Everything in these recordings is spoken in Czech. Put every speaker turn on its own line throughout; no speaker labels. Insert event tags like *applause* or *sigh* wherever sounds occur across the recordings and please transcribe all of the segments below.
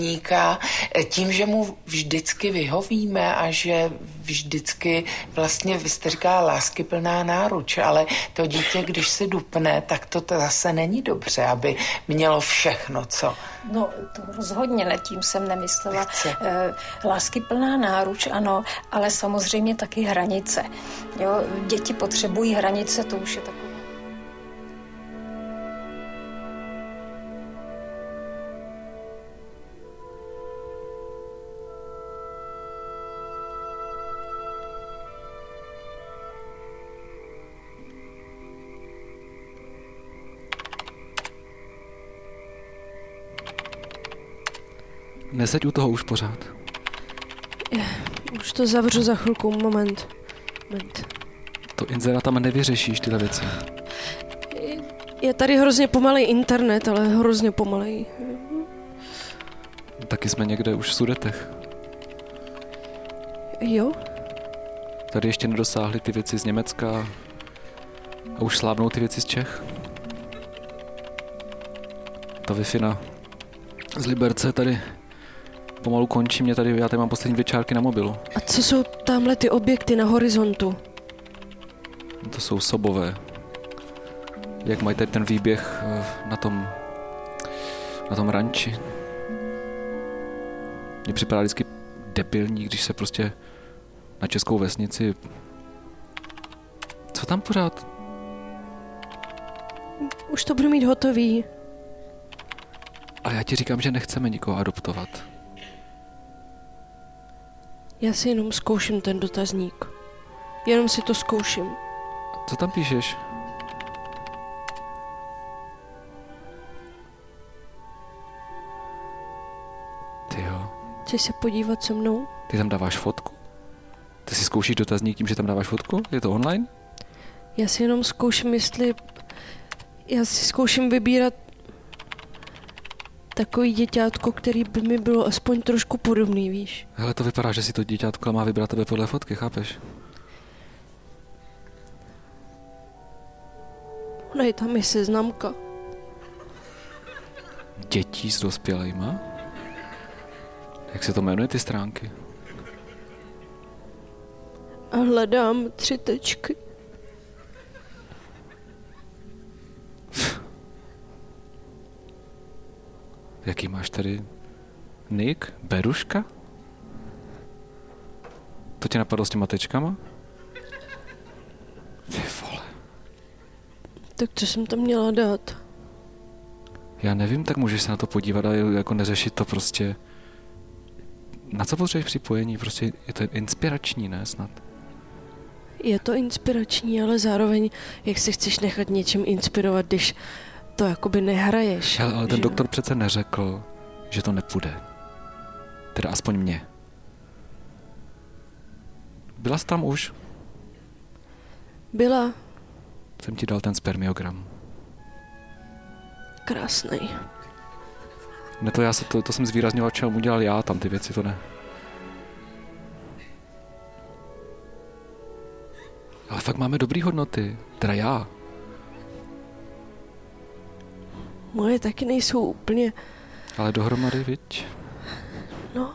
říká, eh, tím, že mu vždycky vyhovíme a že vždycky vlastně, vy jste říká, lásky plná náruč, ale to dítě, když se dupne, tak to, to zase není dobře, aby mělo všechno, co?
No, to rozhodně ne, tím jsem nemyslela. Chce. Lásky plná náruč, ano, ale samozřejmě taky hranice. Jo, děti potřebují hranice, to už je takové.
Neseď u toho už pořád.
Je, už to zavřu za chvilku, moment. Moment.
To inzera tam nevyřešíš, tyhle věci.
Je, je tady hrozně pomalej internet, ale hrozně pomalej.
Taky jsme někde už v Sudetech.
Jo?
Tady ještě nedosáhly ty věci z Německa a už slábnou ty věci z Čech. Ta wi z Liberce tady pomalu končí, mě tady, já tady mám poslední dvě čárky na mobilu.
A co jsou tamhle ty objekty na horizontu?
To jsou sobové. Jak mají tady ten výběh eh, na tom, na tom ranči. Mně připadá vždycky debilní, když se prostě na českou vesnici... Co tam pořád?
Už to budu mít hotový.
A já ti říkám, že nechceme nikoho adoptovat.
Já si jenom zkouším ten dotazník. Jenom si to zkouším.
Co tam píšeš? Ty jo.
Chceš se podívat se mnou?
Ty tam dáváš fotku? Ty si zkoušíš dotazník tím, že tam dáváš fotku? Je to online?
Já si jenom zkouším, jestli... Já si zkouším vybírat takový děťátko, který by mi bylo aspoň trošku podobný, víš.
Hele, to vypadá, že si to děťátko má vybrat tebe podle fotky, chápeš?
Ona je tam i seznamka.
Dětí s dospělejma? Jak se to jmenuje, ty stránky?
A hledám tři tečky.
Jaký máš tady Nick? Beruška? To tě napadlo s těma tečkama? Ty vole.
Tak co jsem tam měla dát?
Já nevím, tak můžeš se na to podívat a jako neřešit to prostě. Na co potřebuješ připojení? Prostě je to inspirační, ne snad?
Je to inspirační, ale zároveň, jak se chceš nechat něčím inspirovat, když to jakoby nehraješ.
Hele, ale ten že? doktor přece neřekl, že to nepůjde. Teda aspoň mě. Byla jsi tam už?
Byla.
Jsem ti dal ten spermiogram.
Krásný.
Ne, to, já se, to, to jsem zvýrazňoval, čemu udělal já, tam ty věci to ne. Ale fakt máme dobrý hodnoty. Teda já.
Moje taky nejsou úplně...
Ale dohromady, viď?
No.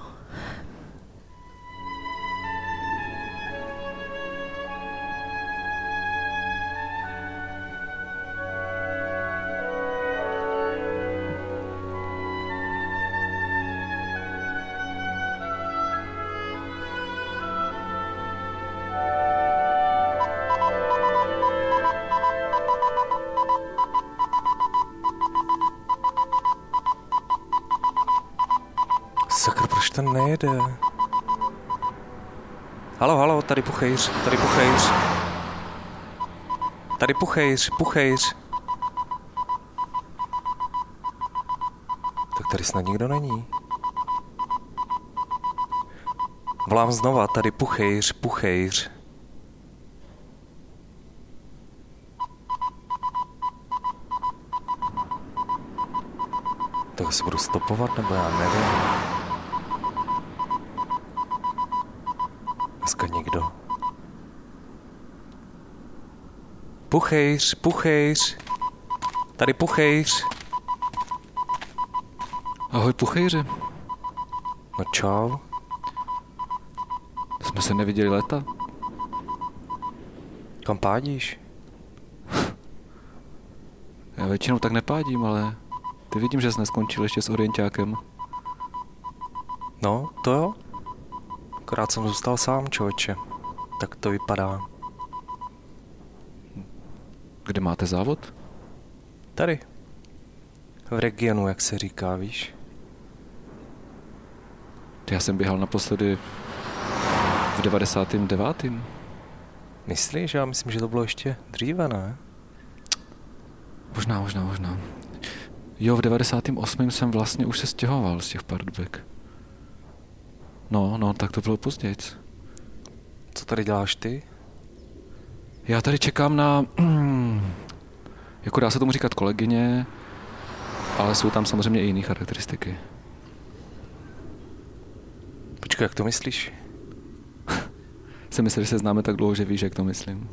ten nejede. Halo, halo, tady puchejř, tady puchejř. Tady puchejř, puchejř. Tak tady snad nikdo není. Volám znova, tady puchejř, puchejř. Tak se budu stopovat, nebo já nevím. dneska nikdo. Puchejř, puchejř. Tady puchejř.
Ahoj, puchejře.
No čau.
Jsme se neviděli leta.
Kam pádíš?
Já většinou tak nepádím, ale ty vidím, že jsi neskončil ještě s orientákem.
No, to jo. Akorát jsem zůstal sám, člověče. Tak to vypadá.
Kde máte závod?
Tady. V regionu, jak se říká, víš.
Já jsem běhal naposledy v 99.
Myslíš? Já myslím, že to bylo ještě dříve, ne?
Možná, možná, možná. Jo, v 98. jsem vlastně už se stěhoval z těch Pardubek. No, no, tak to bylo později.
Co tady děláš ty?
Já tady čekám na... *clears throat* jako dá se tomu říkat kolegyně, ale jsou tam samozřejmě i jiné charakteristiky.
Počkej, jak to myslíš?
Jsem myslel, že se známe tak dlouho, že víš, jak to myslím.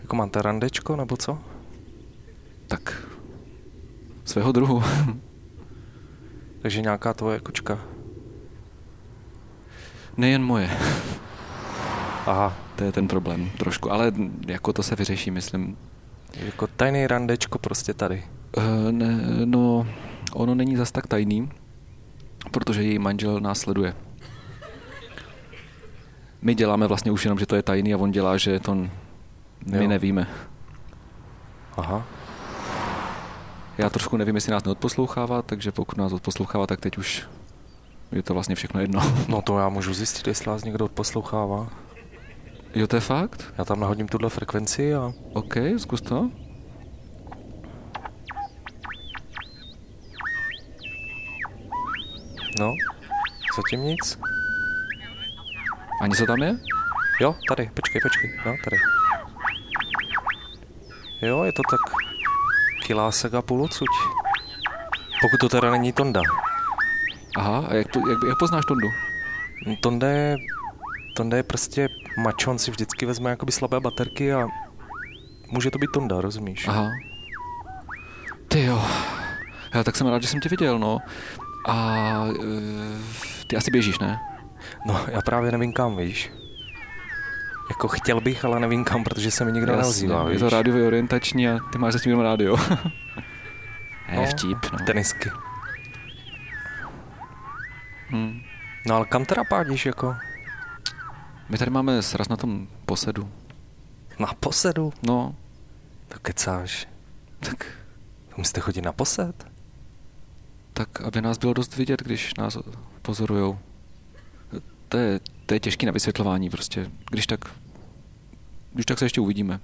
Jako máte randečko, nebo co?
Tak svého druhu. *laughs*
Takže nějaká tvoje kočka.
Nejen moje.
Aha,
To je ten problém trošku, ale jako to se vyřeší, myslím.
jako tajný randečko prostě tady.
Eh, ne, no, ono není zas tak tajný, protože její manžel následuje. My děláme vlastně už jenom, že to je tajný a on dělá, že to n- my
Jo.
nevíme.
Aha.
Já trošku nevím, jestli nás neodposlouchává, takže pokud nás odposlouchává, tak teď už je to vlastně všechno jedno.
No to já můžu zjistit, jestli vás někdo odposlouchává.
Jo, to je fakt?
Já tam nahodím tuhle frekvenci a...
OK, zkus to.
No, zatím nic.
Ani se tam je?
Jo, tady, počkej, počkej, no, tady. Jo, je to tak kilásek a půl odsuť. Pokud to teda není Tonda.
Aha, a jak, to, jak, jak poznáš Tondu?
Tonda je, Tonda je prostě mačo, on si vždycky vezme jakoby slabé baterky a může to být Tonda, rozumíš?
Aha. Ty jo. Já tak jsem rád, že jsem tě viděl, no. A eh, ty asi běžíš, ne?
No, já právě nevím kam, víš. Jako chtěl bych, ale nevím kam, protože se mi nikdo
Jasně,
neozývá,
Je
víš.
to rádiově orientační a ty máš zatím jenom *laughs* rádio.
No,
je vtip, no.
Tenisky.
Hm.
No ale kam teda pádíš, jako?
My tady máme sraz na tom posedu.
Na posedu?
No,
To kecáš.
tak,
To musíte chodit na posed?
tak aby nás bylo dost vidět, když nás pozorujou. To je, to je těžký na vysvětlování prostě. Když tak, když tak se ještě uvidíme.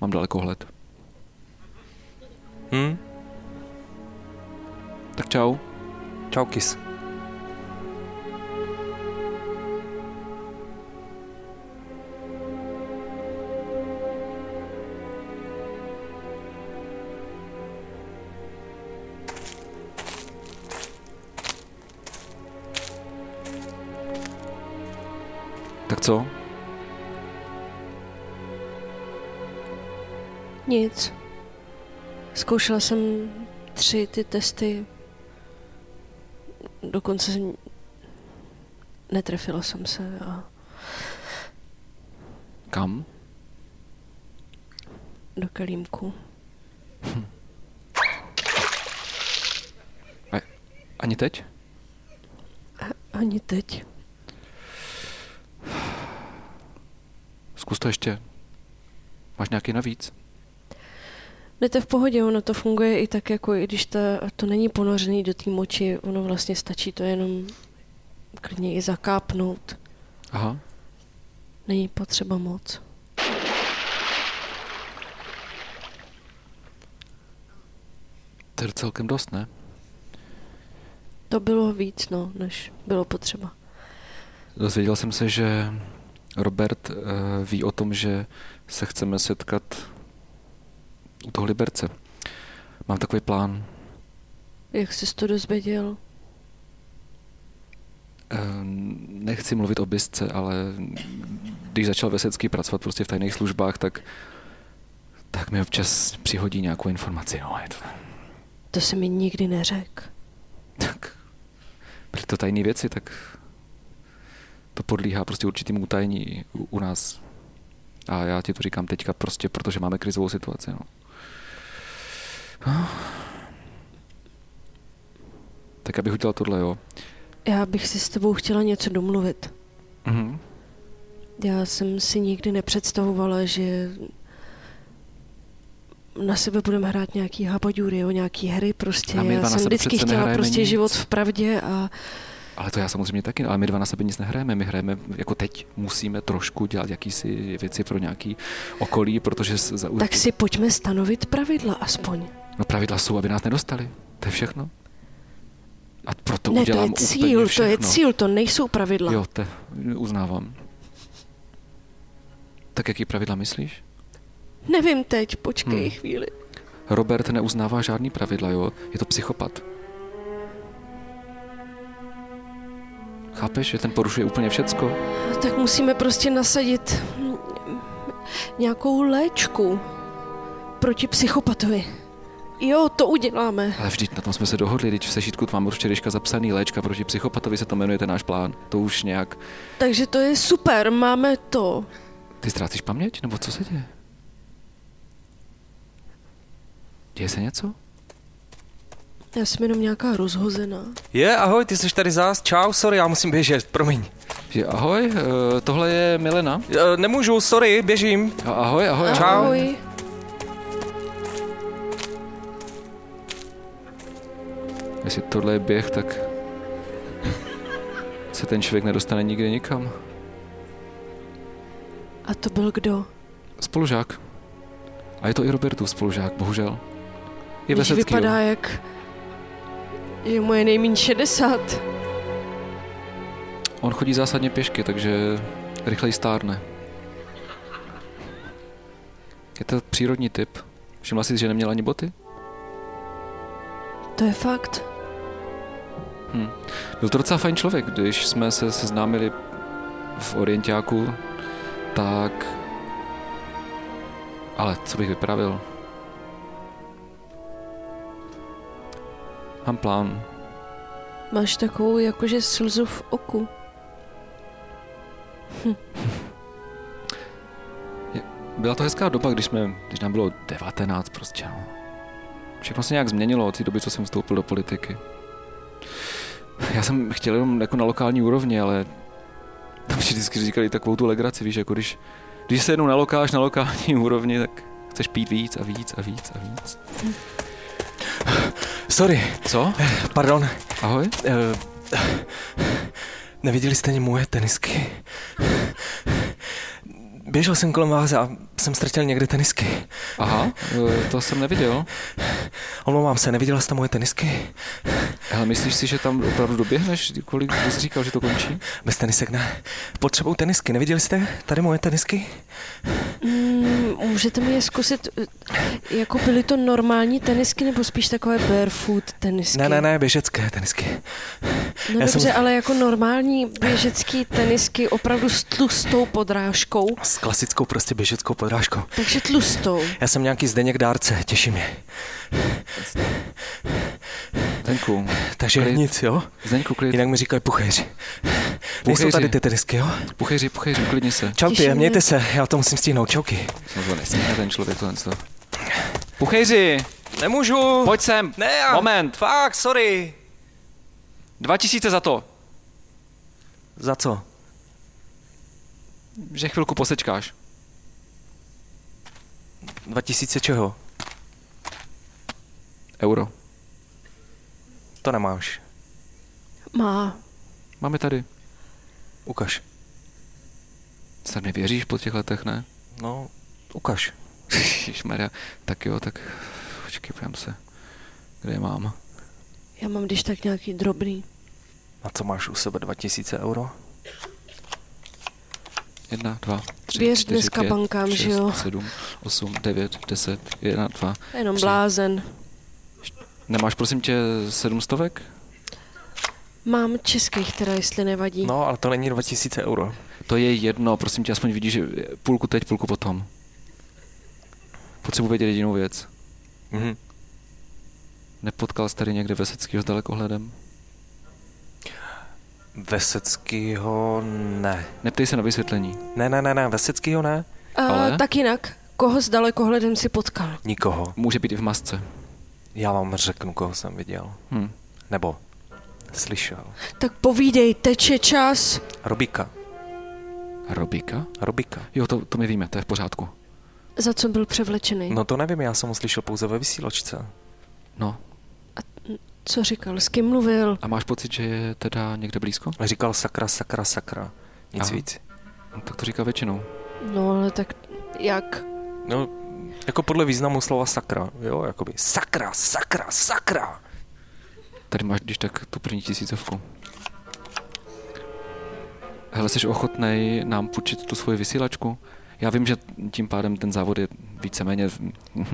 Mám dalekohled.
Hm?
Tak čau.
Čau, kis.
Tak co?
Nic. Zkoušela jsem tři ty testy. Dokonce jsem... Netrefila jsem se a
Kam?
do kelímku.
Ani teď?
Ani teď.
Zkus to ještě. Máš nějaký navíc?
Jdete v pohodě, ono No, to funguje i tak, jako i když ta, to není ponořený do té moči, ono vlastně stačí to jenom klidně i zakápnout.
Aha.
Není potřeba moc.
To je celkem dost, ne?
To bylo víc, no, než bylo potřeba.
Dozvěděl jsem se, že Robert eh, ví o tom, že se chceme setkat u toho Liberce. Mám takový plán.
Jak jsi to dozvěděl?
Eh, nechci mluvit o bisce, ale když začal Vesecký pracovat prostě v tajných službách, tak tak mi občas přihodí nějakou informaci. No, je to,
To se mi nikdy neřekl.
tak byly to tajné věci, tak to podlíhá prostě určitým utajení u, u nás. A já ti to říkám teďka prostě, protože máme krizovou situaci. No. Tak abych udělal tohle, jo.
Já bych si s tebou chtěla něco domluvit.
Mhm.
Já jsem si nikdy nepředstavovala, že na sebe budeme hrát nějaký habaďury, jo, nějaký hry prostě.
A my dva
Já
na
jsem
sebe
vždycky
přece
chtěla
nehrajeme
prostě
nic.
život v pravdě a
Ale to já samozřejmě taky, no, ale my dva na sebe nic nehrajeme. My hrajeme, jako teď musíme trošku dělat jakýsi věci pro nějaký okolí, protože s- za,
tak si pojďme stanovit pravidla aspoň.
no, pravidla jsou, aby nás nedostali. To je všechno. A proto
ne, to
udělám
je cíl,
úplně
to je
všechno.
cíl, to nejsou pravidla.
Jo, te, uznávám. Tak jaký pravidla myslíš?
Nevím teď, počkej
Hmm.
chvíli.
Robert neuznává žádný pravidla, jo? Je to psychopat. Chápeš, že ten porušuje úplně všecko?
Tak musíme prostě nasadit mm, nějakou léčku proti psychopatovi. Jo, to uděláme.
Ale vždyť na tom jsme se dohodli, teď v sešitku mám od včerejška zapsaný léčka proti psychopatovi, se to jmenuje ten náš plán. To už nějak...
Takže to je super, máme to.
Ty ztrácíš paměť? Nebo co se děje? Děje se něco?
Já jsem jenom nějaká rozhozená.
Je, ahoj, ty jsi tady zás, čau, sorry, já musím běžet, promiň.
Je, ahoj, eh, tohle je Milena.
Eh, Nemůžu, sorry, běžím.
A- Ahoj, ahoj.
Čau.
Ahoj.
Jestli tohle je běh, tak se ten člověk nedostane nikdy nikam.
A to byl kdo?
Spolužák. A je to i Robertův spolužák, bohužel. Je
Když
vesecký.
vypadá jak... Že mu je nejméně 60.
On chodí zásadně pěšky, takže rychleji stárne. Je to přírodní typ. Všimla jsi, že neměl ani boty?
To je fakt.
Byl to docela fajn člověk, když jsme se seznámili v Orientáku, tak... Ale co bych vypravil? Mám plán.
Máš takovou jakože slzu v oku.
Byla to hezká doba, když, jsme, když nám bylo 19 prostě. No. Všechno se nějak změnilo od té doby, co jsem vstoupil do politiky. Já jsem chtěl jenom jako na lokální úrovni, ale tam si vždycky říkali takovou tu legraci, víš, jako když, když se jednou nalokáš na lokální *laughs* úrovni, tak chceš pít víc a víc a víc a víc.
Sorry,
Co?
pardon.
Ahoj?
Eh, Neviděli jste ani moje tenisky? Běžel jsem kolem vás a jsem ztratil někde tenisky.
Aha, eh, to jsem neviděl.
Omlouvám se, neviděla jste moje tenisky?
Ale myslíš si, že tam opravdu doběhneš, kolik kdy jsi říkal, že to končí?
Bez tenisek ne. Potřebuju tenisky, neviděli jste tady moje tenisky?
Mm, můžete mi je zkusit, eh, jako byly to normální tenisky nebo spíš takové barefoot tenisky?
Ne, ne, ne, běžecké tenisky.
No
já jsem-
dobře, ale jako normální běžecký tenisky opravdu s tlustou podrážkou.
S klasickou prostě běžeckou podrážkou.
Takže tlustou.
Já jsem nějaký Zdeněk dárce, těší mě.
Tenku,
*laughs* Takže
Klid.
nic, jo?
Zdeňku, klid.
Jinak mi říkají puchejři. Nejsou tady ty tenisky, jo?
Puchejři, puchejři, uklidni se.
Čau
Těší
ty,
mě.
mějte se, já to musím stihnout, čauky.
Jsem to nesmí, ten člověk tohle. co. Puchejři,
Nemůžu.
pojď sem.
Ne, já...
Moment.
Fakt, sorry.
2000 za to,
Za co?
že chvilku posečkáš.
2000 čeho?
Euro.
To nemáš.
Má.
Máme tady.
Ukaž.
Snad mi věříš po těch letech, ne?
No, ukaž.
Maria. Tak jo, tak počkej, pojďme se. Kde je mám?
Já mám když tak nějaký drobný.
Na co máš u sebe 2000 euro?
Jedna, dva, tři,
Věř
čtyři,
dneska
pět,
bankám,
šest,
že jo?
sedm, osm, devět, deset, jedna, dva.
Jenom
Tři.
blázen.
Nemáš prosím tě sedm stovek?
Mám českých teda, jestli nevadí.
No, ale to není 2000 euro.
To je jedno, prosím tě, aspoň vidíš že půlku teď, půlku potom. Potřebuji vědět jedinou věc.
Mhm.
Nepotkal jsi tady někde Veseckýho s dalekohledem?
Veseckýho ne.
Neptej se na vysvětlení.
Ne, ne, ne, ne, Veseckýho ne.
A
Ale?
Eh, tak jinak, koho s dalekohledem si potkal?
Nikoho.
Může být i v masce.
Já vám řeknu, koho jsem viděl.
Hm.
Nebo slyšel.
Tak povídej, teče čas.
Robika.
Robika?
Robika.
Jo, to, to my víme, to je v pořádku.
Za co byl převlečený?
No to nevím, já jsem ho slyšel pouze ve vysílačce.
No,
Co říkal, s kým mluvil?
a máš pocit, že je teda někde blízko?
Říkal sakra, sakra, sakra. Nic
Aha.
víc.
No, tak to říká většinou.
No ale tak jak?
No, jako podle významu slova sakra, jo, jakoby sakra, sakra, sakra.
Tady máš, když tak, tu první tisícovku. Hele, jsi ochotnej nám půjčit tu svoji vysílačku? Já vím, že tím pádem ten závod je víceméně... *laughs* No,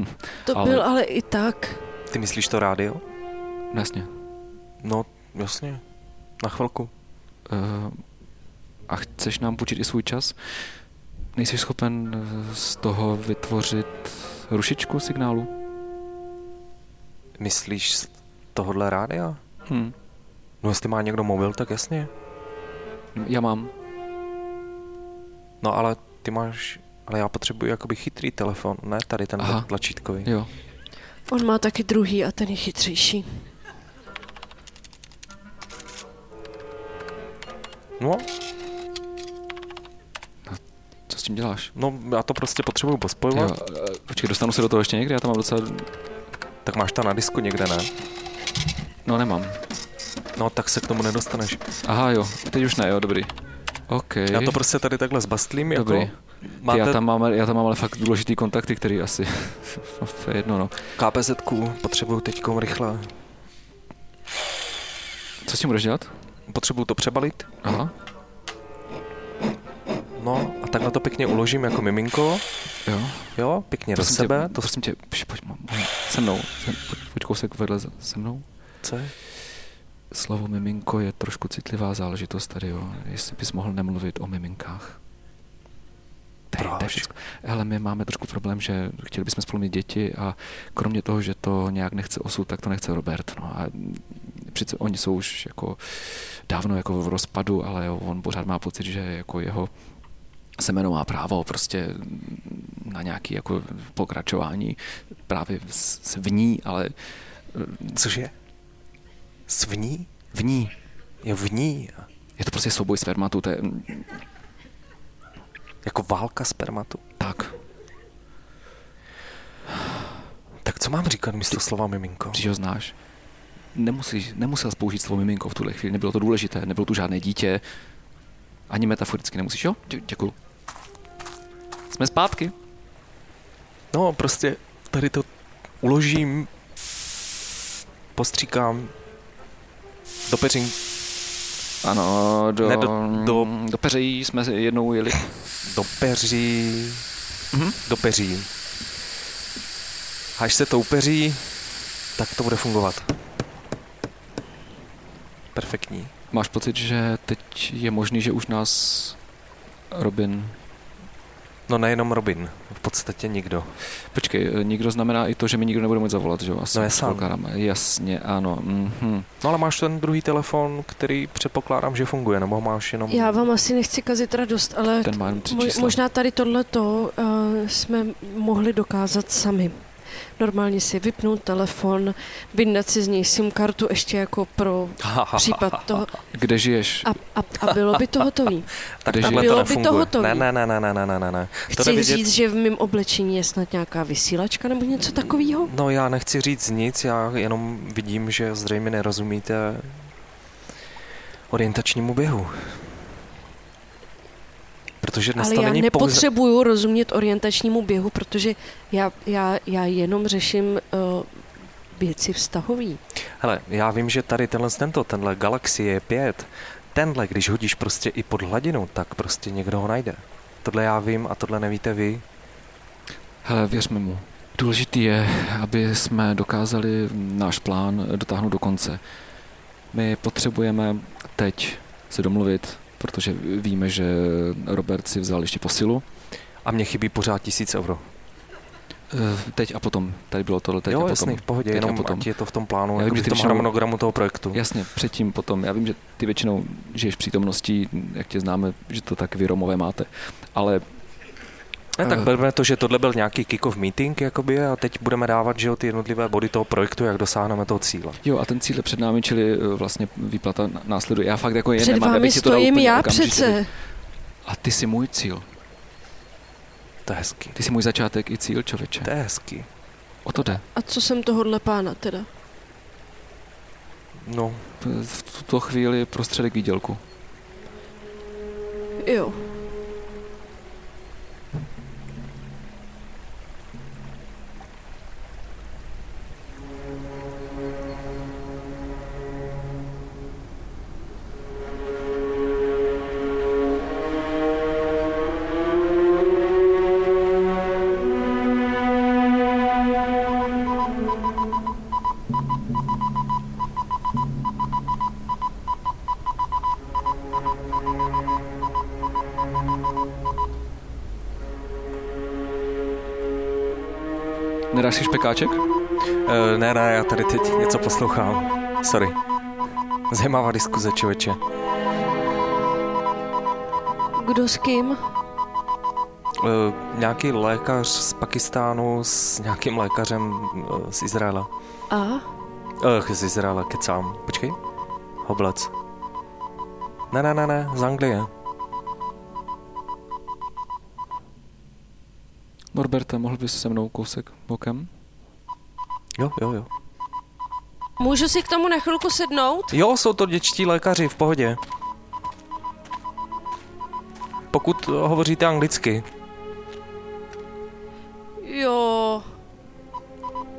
To
Ale-
byl ale i tak.
Ty myslíš to rádio?
No, Jasně.
No, jasně. Na chvilku.
Eh, A chceš nám půjčit i svůj čas? Nejsi schopen eh, z toho vytvořit rušičku signálu?
Myslíš z tohohle rádia?
Hm.
No, jestli má někdo mobil, tak jasně.
Já mám.
No, ale ty máš... Ale já potřebuji jakoby chytrý telefon, ne tady ten
Aha.
tlačítkový.
Jo.
On má taky druhý a ten je chytřejší.
No,
Co s tím děláš?
no, já to prostě potřebuji
Jo,
pospojovat.
eh, počkej, dostanu se do toho ještě někdy? Já tam mám docela...
Tak máš to na disku někde, ne?
No, nemám.
No, tak se k tomu nedostaneš.
Aha, jo. Teď už ne, jo, dobrý. OK.
Já to prostě tady takhle zbastlím, jako...
Dobrý. Máte...
Máte
Já, tam mám, já tam mám ale fakt důležitý kontakty, který asi... *laughs* no, to je jedno, no.
kpz potřebuju teďkom rychle.
Co s tím budeš dělat?
Potřebuju to přebalit.
Aha,
No a takhle to pěkně uložím jako miminko,
jo.
jo, pěkně do sebe,
Tě,
to
prosím tě, pš, pojď, mo- mo- se mnou. Sem, pojď, pojď kousek vedle za- se mnou.
chce.
Slovo miminko je trošku citlivá záležitost tady, jo. Jestli bys mohl nemluvit o miminkách. To je- to je
Proč?
všecko. Hele, my máme trošku problém, že chtěli bychom spolu mít děti a kromě toho, že to nějak nechce osud, tak to nechce Robert. No a přece oni jsou už jako dávno jako v rozpadu, ale jo, on pořád má pocit, že jako jeho semeno má právo prostě na nějaké jako pokračování právě s, s v ní, ale
Což je? Svní?
v ní.
Je v ní.
Je to prostě souboj spermatu, to je
Jako válka spermatu.
tak.
Tak co mám říkat místo slova miminko?
Když ho znáš, nemusíš, nemusel použít slovo miminko v tuhle chvíli, nebylo to důležité, nebylo tu žádné dítě, ani metaforicky nemusíš, jo? Dě- děkuju. Jsme zpátky.
No prostě tady to uložím, postříkám do peřin,
Ano, do,
Ne,
ne,
do-
do,
do-
do... do peří jsme jednou jeli.
do peří,
Mhm.
do peří. Až se to upeří, tak to bude fungovat. Perfektní.
Máš pocit, že teď je možný, že už nás Robin...
No nejenom Robin, v podstatě nikdo.
Počkej, eh, nikdo znamená i to, že mi nikdo nebude moc zavolat, že jo? Asi
No, je sám.
předpokládám. Jasně, ano. Mhm.
No ale máš ten druhý telefon, který předpokládám, že funguje, nebo ho máš jenom...
Já vám asi nechci kazit radost, ale
Ten má jenom tři
Mo-
čísla.
Možná tady tohleto uh, jsme mohli dokázat sami. Normálně si vypnout telefon, vyndat si z něj SIM kartu ještě jako
*laughs*
pro
Ha, ha,
případ toho
Kde žiješ?
a, a, a bylo by to hotový.
tak
Režim.
takhle to
Bylo by to
nefunguje.
hotový.
ne, ne, ne, ne, ne, ne, ne, ne, ne. To jde
Chci
vidět...
říct, že v mém oblečení je snad nějaká vysílačka nebo něco takového?
No já nechci říct nic, já jenom vidím, že zřejmě nerozumíte orientačnímu běhu. Protože dnes
Ale
to
já
není pouze...
nepotřebuju rozumět orientačnímu běhu, protože já, já, já jenom řeším uh, věci vztahové.
Hele, já vím, že tady tenhle tento, tenhle Galaxie 5, tenhle, když hodíš prostě i pod hladinu, tak prostě někdo ho najde. Tohle já vím a tohle nevíte vy.
Hele, věřme mu. Důležitý je, aby jsme dokázali náš plán dotáhnout do konce. My potřebujeme teď se domluvit, protože víme, že Robert si vzal ještě posilu.
A mě chybí pořád tisíc euro.
Eh, Teď a potom. Tady bylo tohle, teď
jo,
a potom.
jasný, v pohodě,
teď a
jenom
potom.
ať je to v tom plánu,
Já
jako
vím, že
v
ty
tom
většinou-
harmonogramu toho projektu.
Jasně, předtím, potom. Já vím, že ty většinou žiješ přítomností, jak tě známe, že to tak vy Romové máte. Ale
Ne, tak
Eh.
berme to, že tohle byl nějaký kick-off meeting jakoby, a teď budeme dávat že jo, ty jednotlivé body toho projektu, jak dosáhneme toho cíle.
jo, a ten cíl je před námi, čili eh, vlastně výplata n- následuje. Já fakt jako je
Před
nemám, já
vámi
bych ti to dal
stojím
úplně
já
okamžitě.
přece.
A ty jsi můj cíl.
To je hezký.
Ty jsi můj začátek i cíl, člověče.
To je hezký.
O to jde.
A co jsem tohodle pána teda?
No,
V- V tuto chvíli prostředek výdělku.
Jo.
Nedáš si špekáček?
e, ne, ne, já tady teď něco poslouchám. Sorry. Zajímavá diskuze, člověče.
Kdo s kým?
E, nějaký lékař z Pakistánu s nějakým lékařem e, z Izraela.
A?
Ach, z Izraela, kecám. Počkej. Oblec. Ne, ne, ne, ne, z Anglie.
Norberte, mohl bys se mnou kousek bokem?
Jo, jo, jo.
Můžu si k tomu na chvilku sednout?
Jo, jsou to dětští lékaři, v pohodě. Pokud eh, hovoříte anglicky,
Jo.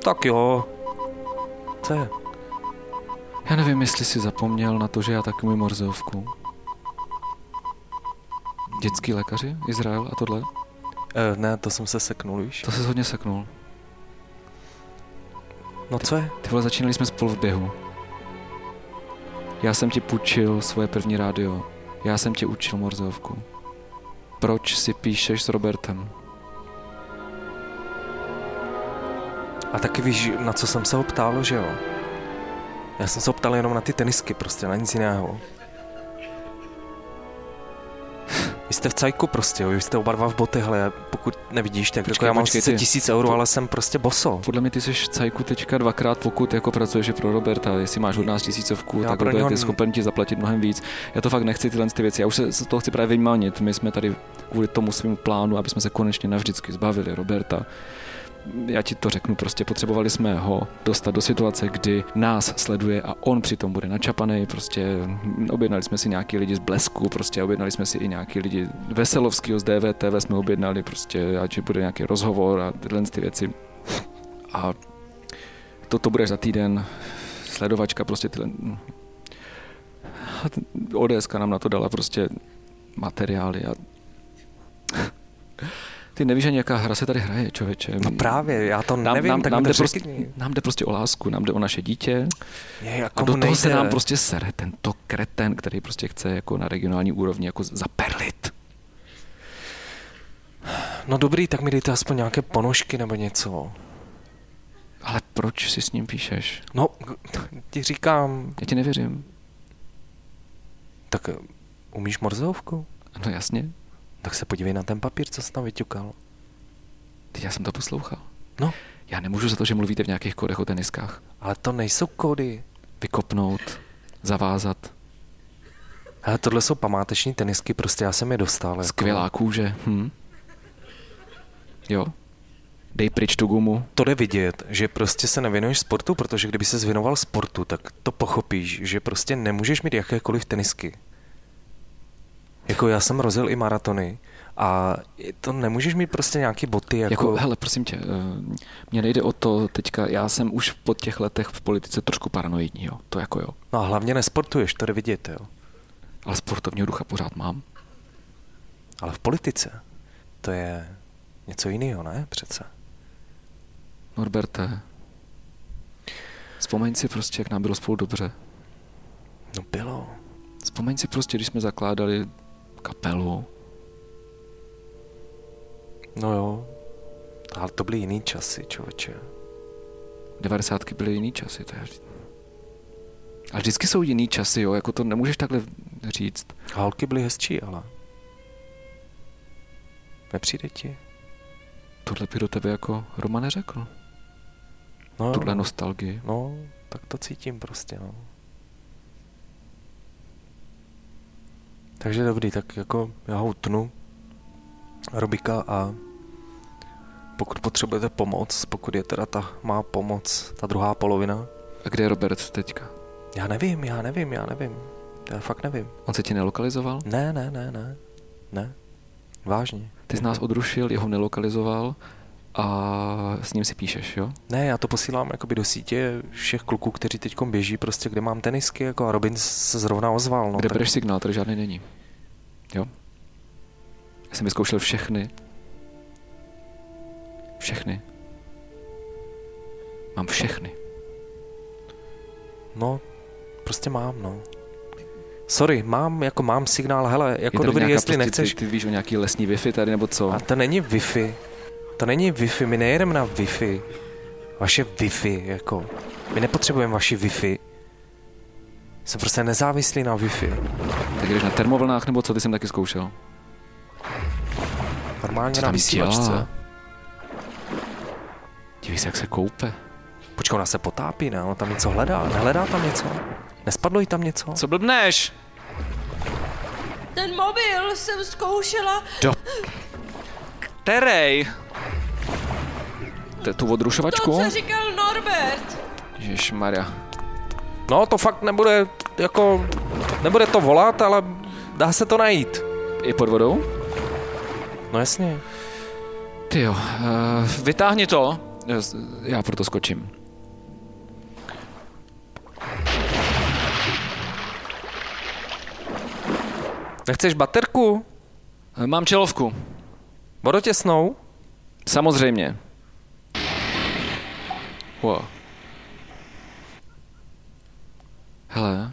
tak jo. Co je?
Já nevím, jestli jsi zapomněl na to, že já taky umím morzeovku. Dětský lékaři, Izrael a tohle?
E, ne, to jsem se seknul, víš?
To se hodně seknul.
No co je?
Ty vole, začínali jsme spolu v běhu. Já jsem ti půjčil svoje první rádio. Já jsem tě učil morzeovku. Proč si píšeš s Robertem?
A taky víš, na co jsem se ho ptal, že jo? Já jsem se ho ptal jenom na ty tenisky, prostě, na nic jiného. Vy jste v cajku prostě, jo, vy jste oba dva v botech, ale pokud nevidíš, tak
Počkej,
jako já mám
počkej,
sice
ty.
tisíc euro, ale jsem prostě boso.
Podle mě ty jsi v cajku teďka dvakrát, pokud jako pracuješ i pro Roberta. Jestli máš od nás tisícovku,
Já
tak
pro
Robert
něho
je
n-
schopen ti zaplatit mnohem víc. Já to fakt nechci tyhle ty věci. Já už se z toho chci právě vymanit. My jsme tady kvůli tomu svým plánu, aby jsme se konečně navždycky zbavili Roberta. Já ti to řeknu, prostě potřebovali jsme ho dostat do situace, kdy nás sleduje a on přitom bude načapaný. Prostě mm, objednali jsme si nějaký lidi z Blesku, prostě objednali jsme si i nějaký lidi Veselovského z DVTV jsme objednali, prostě ať bude nějaký rozhovor a tyhle ty věci. A to, to budeš za týden, sledovačka, prostě tyhle... A t- ODSka nám na to dala prostě materiály a... Ty nevíš ani, jaká hra se tady hraje, člověče.
No právě, já to
Nám,
nevím,
nám,
tak
nám,
mi
jde
to
prostě,
řekni.
nám jde prostě o lásku, nám jde o naše dítě
Je, jako
a do toho se
nejde.
nám prostě sere tento kreten, který prostě chce jako na regionální úrovni jako zaperlit.
No dobrý, tak mi dejte aspoň nějaké ponožky nebo něco.
Ale proč si s ním píšeš?
No, ti říkám,
Já ti nevěřím.
tak eh, umíš morzovku?
No jasně,
Tak se podívej na ten papír, co jsi tam vyťukal.
teď já jsem to poslouchal.
No.
Já nemůžu za to, že mluvíte v nějakých kodech o teniskách.
Ale to nejsou kody.
vykopnout, zavázat,
Ale tohle jsou památeční tenisky, prostě já jsem je dostal. jako.
skvělá kůže. Hm? Jo. Dej pryč tu gumu.
To jde vidět, že prostě se nevěnuješ sportu, protože kdyby se věnoval sportu, tak to pochopíš, že prostě nemůžeš mít jakékoliv tenisky. Jako já jsem rozjel i maratony a je- to nemůžeš mít prostě nějaký boty jako...
Jako, hele, prosím tě, eh, mně nejde o to teďka, já jsem už po těch letech v politice trošku paranoidní, jo, to jako jo,
No a hlavně nesportuješ, to jde vidět, jo.
ale sportovního ducha pořád mám.
Ale v politice to je něco jiného, ne? Přece.
Norberte, vzpomeň si prostě, jak nám bylo spolu dobře.
No bylo.
Vzpomeň si prostě, když jsme zakládali kapelu,
No jo. Ale to byly jiný časy, člověče.
90. byly jiný časy, to je... A vždycky jsou jiný časy, jo, jako to nemůžeš takhle říct.
Holky byly hezčí, ale... Nepřijde ti?
Tohle by do tebe jako Roma neřekl.
No,
Tuhle nostalgii.
no, tak to cítím prostě, no. Takže dobrý, tak jako já ho utnu, Robika a pokud potřebujete pomoc, pokud je teda ta má pomoc, ta druhá polovina,
A kde je Robert teďka?
já nevím, já nevím, já nevím, já fakt nevím.
On se ti nelokalizoval?
Ne, ne, ne, ne, ne, vážně.
Ty jsi nás odrušil, jeho nelokalizoval a s ním si píšeš, jo?
Ne, já to posílám jakoby do sítě všech kluků, kteří teď běží, prostě kde mám tenisky, jako a Robin se zrovna ozval. No,
Kde
tak-
bereš signál, tady žádný není. Jo? Já jsem vyzkoušel všechny. Všechny. Mám všechny.
No, prostě mám, no. Sorry, mám, jako mám signál, hele,
Je
jako
tady
dobrý,
nějaká
jestli
prostě,
nechceš.
Ty, ty, víš o nějaký lesní Wi-Fi tady, nebo co?
A to není Wi-Fi. To není Wi-Fi, my nejedeme na Wi-Fi. Vaše Wi-Fi, jako. My nepotřebujeme vaši Wi-Fi. Jsem prostě nezávislý na Wi-Fi.
Tak jdeš na termovlnách, nebo co? Ty jsem taky zkoušel.
Normálně
Co
na
tam
vysílačce.
dělá? Dívej se, jak se koupe.
Počkej, ona se potápí, ne? Ona tam něco hledá. Nehledá tam něco? Nespadlo jí tam něco?
Co blbneš?
Ten mobil jsem zkoušela.
Terej! To je tu odrušovačku?
říkal Norbert.
Ježmaria.
No, to fakt nebude, jako, nebude to volat, ale dá se to najít.
Je pod vodou?
No jasně.
Ty jo, uh, vytáhni to. Já s- Já proto skočím.
Nechceš baterku?
Eh, Mám čelovku.
Vodotěsnou?
Samozřejmě. Wow. Hele,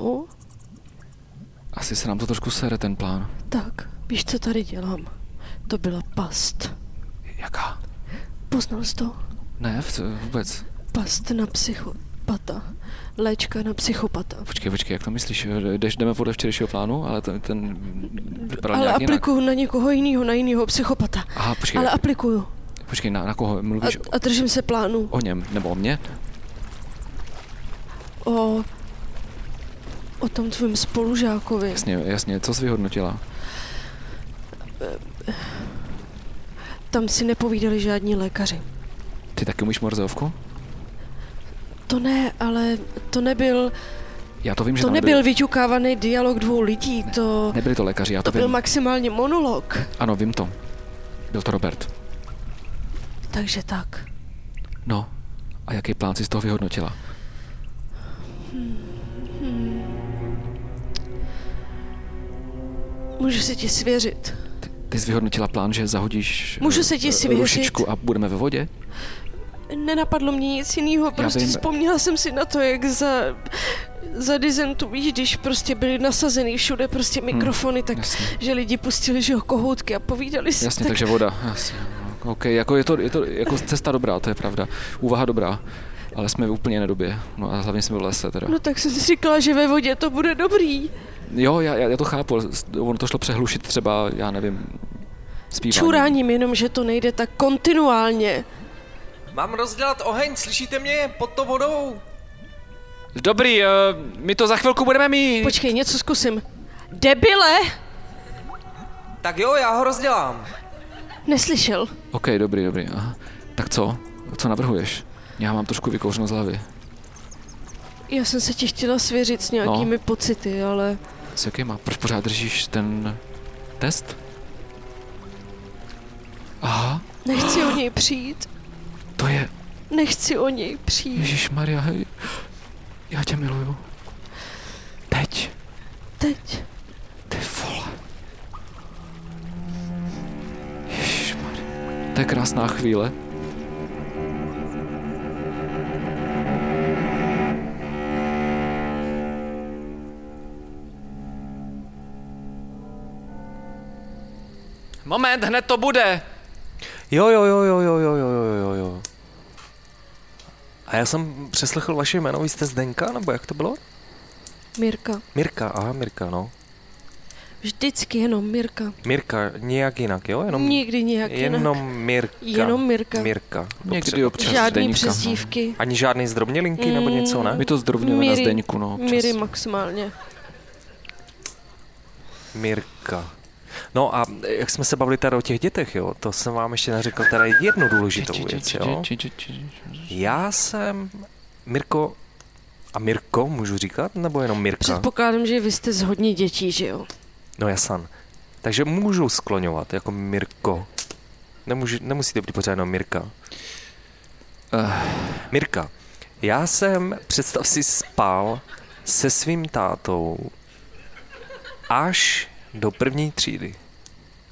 No,
asi se nám to trošku sere ten plán.
tak, víš, co tady dělám? To byla past.
Jaká?
Poznal jsi to?
Ne, v- vůbec.
Past na psychopata. Léčka na psychopata.
Počkej, počkej, jak to myslíš? Eh, Jdeš, jdeme podle včerejšího plánu, ale ten, ten vypadal
Ale
nějak jinak.
aplikuju na někoho jiného, na jiného psychopata.
Aha, počkej,
Ale Eh,
ale...
aplikuju.
počkej, na, na koho
A,
mluvíš?
a držím se plánu.
O něm, nebo o mně?
O, o tom tvým spolužákovi.
Jasně, jasně, co jsi vyhodnotila?
Tam si nepovídali žádní lékaři.
Ty taky umíš morzovku?
To ne, ale to nebyl,
Já to vím, že
to
tam
nebyl
nebyli,
vyťukávaný dialog dvou lidí, to,
nebyli to lékaři, já to,
to byl
vím.
maximálně monolog.
Ano, vím to. Byl to Robert.
Takže tak.
No, a jaký plán jsi z toho vyhodnotila?
Můžu se ti svěřit.
Ty jsi vyhodnotila plán, že zahodíš
Můžu
eh,
se ti
eh,
svěřit?
rušičku a budeme ve vodě?
Nenapadlo mě nic jiného, prostě
vím.
vzpomněla jsem si na to, jak za, za dizentu, víš, když prostě byly nasazeny všude prostě mikrofony, tak
Hmm. jasně.
že lidi pustili, že jo, kohoutky a povídali si.
Jasně,
tak,
takže voda. Jasně. OK, jako je to, je to jako cesta dobrá, to je pravda. Úvaha dobrá, ale jsme v úplně nedobě. No a hlavně jsme v lese teda.
No tak jsem si říkala, že ve vodě to bude dobrý.
Jo, já, já já to chápu, ale s- ono to šlo přehlušit třeba, já nevím, zpívání.
Čuráním jenom, že to nejde tak kontinuálně.
Mám rozdělat oheň, slyšíte mě? Pod to vodou.
Dobrý, eh, my to za chvilku budeme mít.
Počkej, něco zkusím. Debile!
Tak jo, já ho rozdělám.
Neslyšel.
OK, dobrý, dobrý. Aha. Tak co? Co navrhuješ? Já mám trošku vykouřeno z hlavy.
Já jsem se ti chtěla svěřit s nějakými no. pocity, ale
S jakýma? Proč pořád držíš ten test? Aha,
nechci o něj přijít.
to je...
Nechci o něj přijít.
Ježíš Maria, hej. Já tě miluju. Teď.
Teď.
Ty vole. Ježíš To je krásná chvíle. Moment, hned to bude.
Jo, jo, jo, jo, jo, jo, jo, jo, jo, jo. A já jsem přeslechl vaše jméno, vy jste Zdenka, nebo jak to bylo?
Mirka.
Mirka, aha, Mirka, no.
Vždycky jenom Mirka.
Mirka, nějak jinak, jo? Jenom,
Nikdy nějak jinak.
jenom Mirka.
Jenom Mirka.
Mirka. no. Dobře.
Někdy občas
Žádný
Zdeňka,
přezdívky.
Ani žádný zdrobnělinky nebo něco,
No.
Mm.
ne?
My to zdrobňujeme na
Míry-
Zdeňku, no. občas.
Míry maximálně.
Mirka. No a jak jsme se bavili tady o těch dětech, jo, to jsem vám ještě neřekl teda jednu důležitou věc, jo.
Či- či- či- či-
Já jsem, Mirko, a Mirko můžu říkat, nebo jenom Mirka?
Předpokládám, že vy jste z hodně dětí, že jo?
No jasan. Takže můžu skloňovat jako Mirko. Nemůžu, nemusí to být pořád jenom Mirka.
Eh,
Mirka, já jsem, představ si, spal se svým tátou až do první třídy.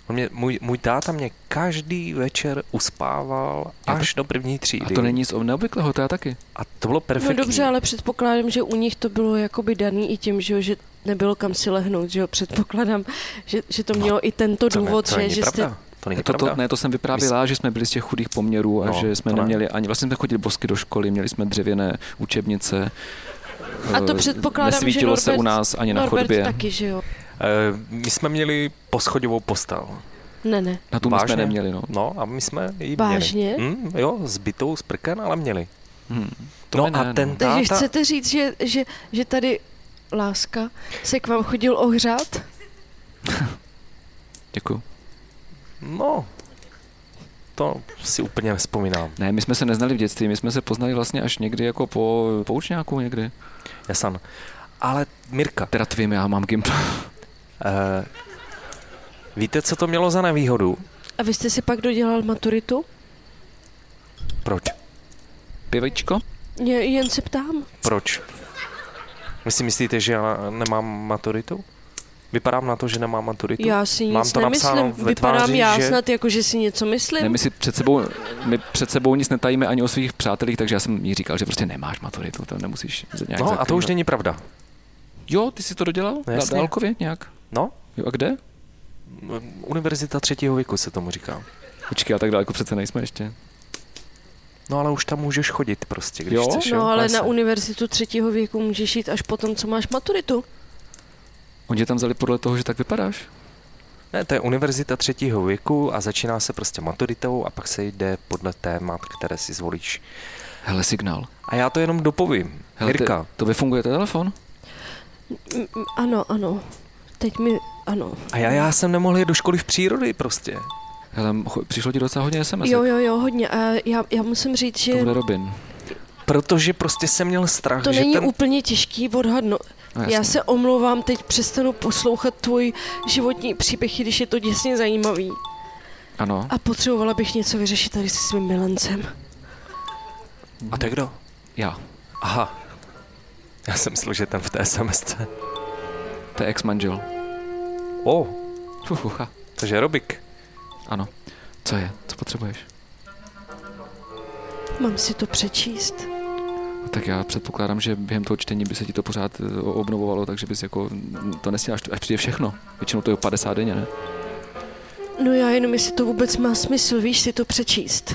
On mě, můj, můj táta mě každý večer uspával
Já
až do první třídy.
A to není nic neobvyklého, to já taky.
A to bylo
No
perfektní.
dobře, ale předpokládám, že u nich to bylo jakoby daný i tím, že, jo, že nebylo kam si lehnout, že jo? Předpokládám, že, že to mělo i tento
to, ne,
důvod,
No, to není
že, že
pravda.
jste...
To není
To, to,
pravda.
ne, to jsem vyprávěla, že jsme byli z těch chudých poměrů a
No,
no, že jsme
to ne.
neměli ani, vlastně jsme chodili bosky do školy, měli jsme dřevěné učebnice.
A to
Eh,
předpokládám, že
Nesvítilo se
Norbert-
u nás ani na
Norbert
chodbě.
taky, že jo?
Eh, my jsme měli poschodovou postel.
Ne, ne.
Na tu my
Vážně?
jsme neměli, no.
No a my jsme ji
Vážně?
měli. Mm, jo, zbytou z prken, ale měli.
Hmm.
no
my
a
ne, no.
ten
Takže
táta...
chcete říct, že, že, že tady láska se k vám chodil ohřát?
Děkuju.
No, to si úplně nespomínám.
Ne, my jsme se neznali v dětství, my jsme se poznali vlastně až někdy jako po, po učňáku někdy.
Jasan. Ale Mirka,
Teda tvým, já mám gimpl.
Eh, víte, co to mělo za nevýhodu?
A vy jste si pak dodělal maturitu?
Proč?
Pivičko?
Je, jen se ptám.
Proč? Vy si myslíte, že já nemám maturitu? Vypadám na to, že nemám maturitu?
Já si nic
Mám to napsáno
nemyslím.
ve
Vypadám
tváři,
já
že...
snad jako, že si něco myslím.
Ne, my si před sebou, my před sebou nic netajíme ani o svých přátelích, takže já jsem jí říkal, že prostě nemáš maturitu, to nemusíš z- nějak
No a to už
zakrývat.
není pravda.
Jo, ty jsi to dodělal?
No
No,
jasně.
dálkově nějak?
No,
Jo, a kde?
m, univerzita třetího věku se tomu říká.
Počkej, ale tak daleko přece nejsme ještě.
No ale už tam můžeš chodit prostě, když
Jo?
chceš. jo,
No, ale
jasně.
na univerzitu třetího věku můžeš jít až potom, co máš maturitu.
Oni tě tam vzali podle toho, že tak vypadáš?
Ne, to je univerzita třetího věku a začíná se prostě maturitou a pak se jde podle témat, které si zvolíš.
Hele, signál.
A já to jenom dopovím.
Hele,
Mirka,
Te, to vyfunguje ten telefon?
M- m- ano, ano. Teď mi, ano.
a já, já jsem nemohl jít do školy v přírody prostě.
Hele, cho- přišlo ti docela hodně SMS.
Jo, jo, jo, hodně. A já, já musím říct, že
Tohle Robin.
Protože prostě jsem měl strach,
to
že
není
ten...
úplně těžký odhadnout.
No, jasně.
já se omlouvám, teď přestanu poslouchat tvůj životní příběh, i když je to děsně zajímavý.
Ano.
A potřebovala bych něco vyřešit tady se svým milencem.
A to je kdo?
Já.
Aha. Já jsem myslel, že ten v té SMS.
To je ex-manžel.
O,
Fuchucha.
takže Robik.
Ano. Co je? Co potřebuješ?
Mám si to přečíst.
No, Tak já předpokládám, že během toho čtení by se ti to pořád eh, obnovovalo, takže bys jako mm, to nestěl, až, až přijde všechno. Většinou to je 50 denně, ne?
No já jenom, jestli to vůbec má smysl, víš, si to přečíst.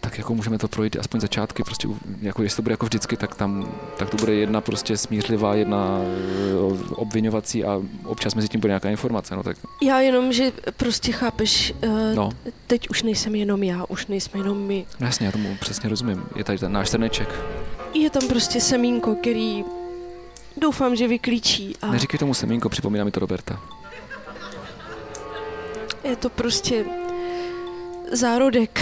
Tak jako můžeme to projít aspoň začátky, prostě u- jako jestli to bude jako vždycky, tak tam, tak to bude jedna prostě smířlivá, jedna eh, obvinovací a občas mezi tím bude nějaká informace, no tak
Já jenom, že prostě chápeš, uh,
no,
teď už nejsem jenom já, už nejsme jenom my.
no jasně, já tomu přesně rozumím. Je tady ten náš srneček.
Je tam prostě semínko, který doufám, že vyklíčí a
Neříkej tomu semínko, připomíná mi to Roberta.
je to prostě zárodek.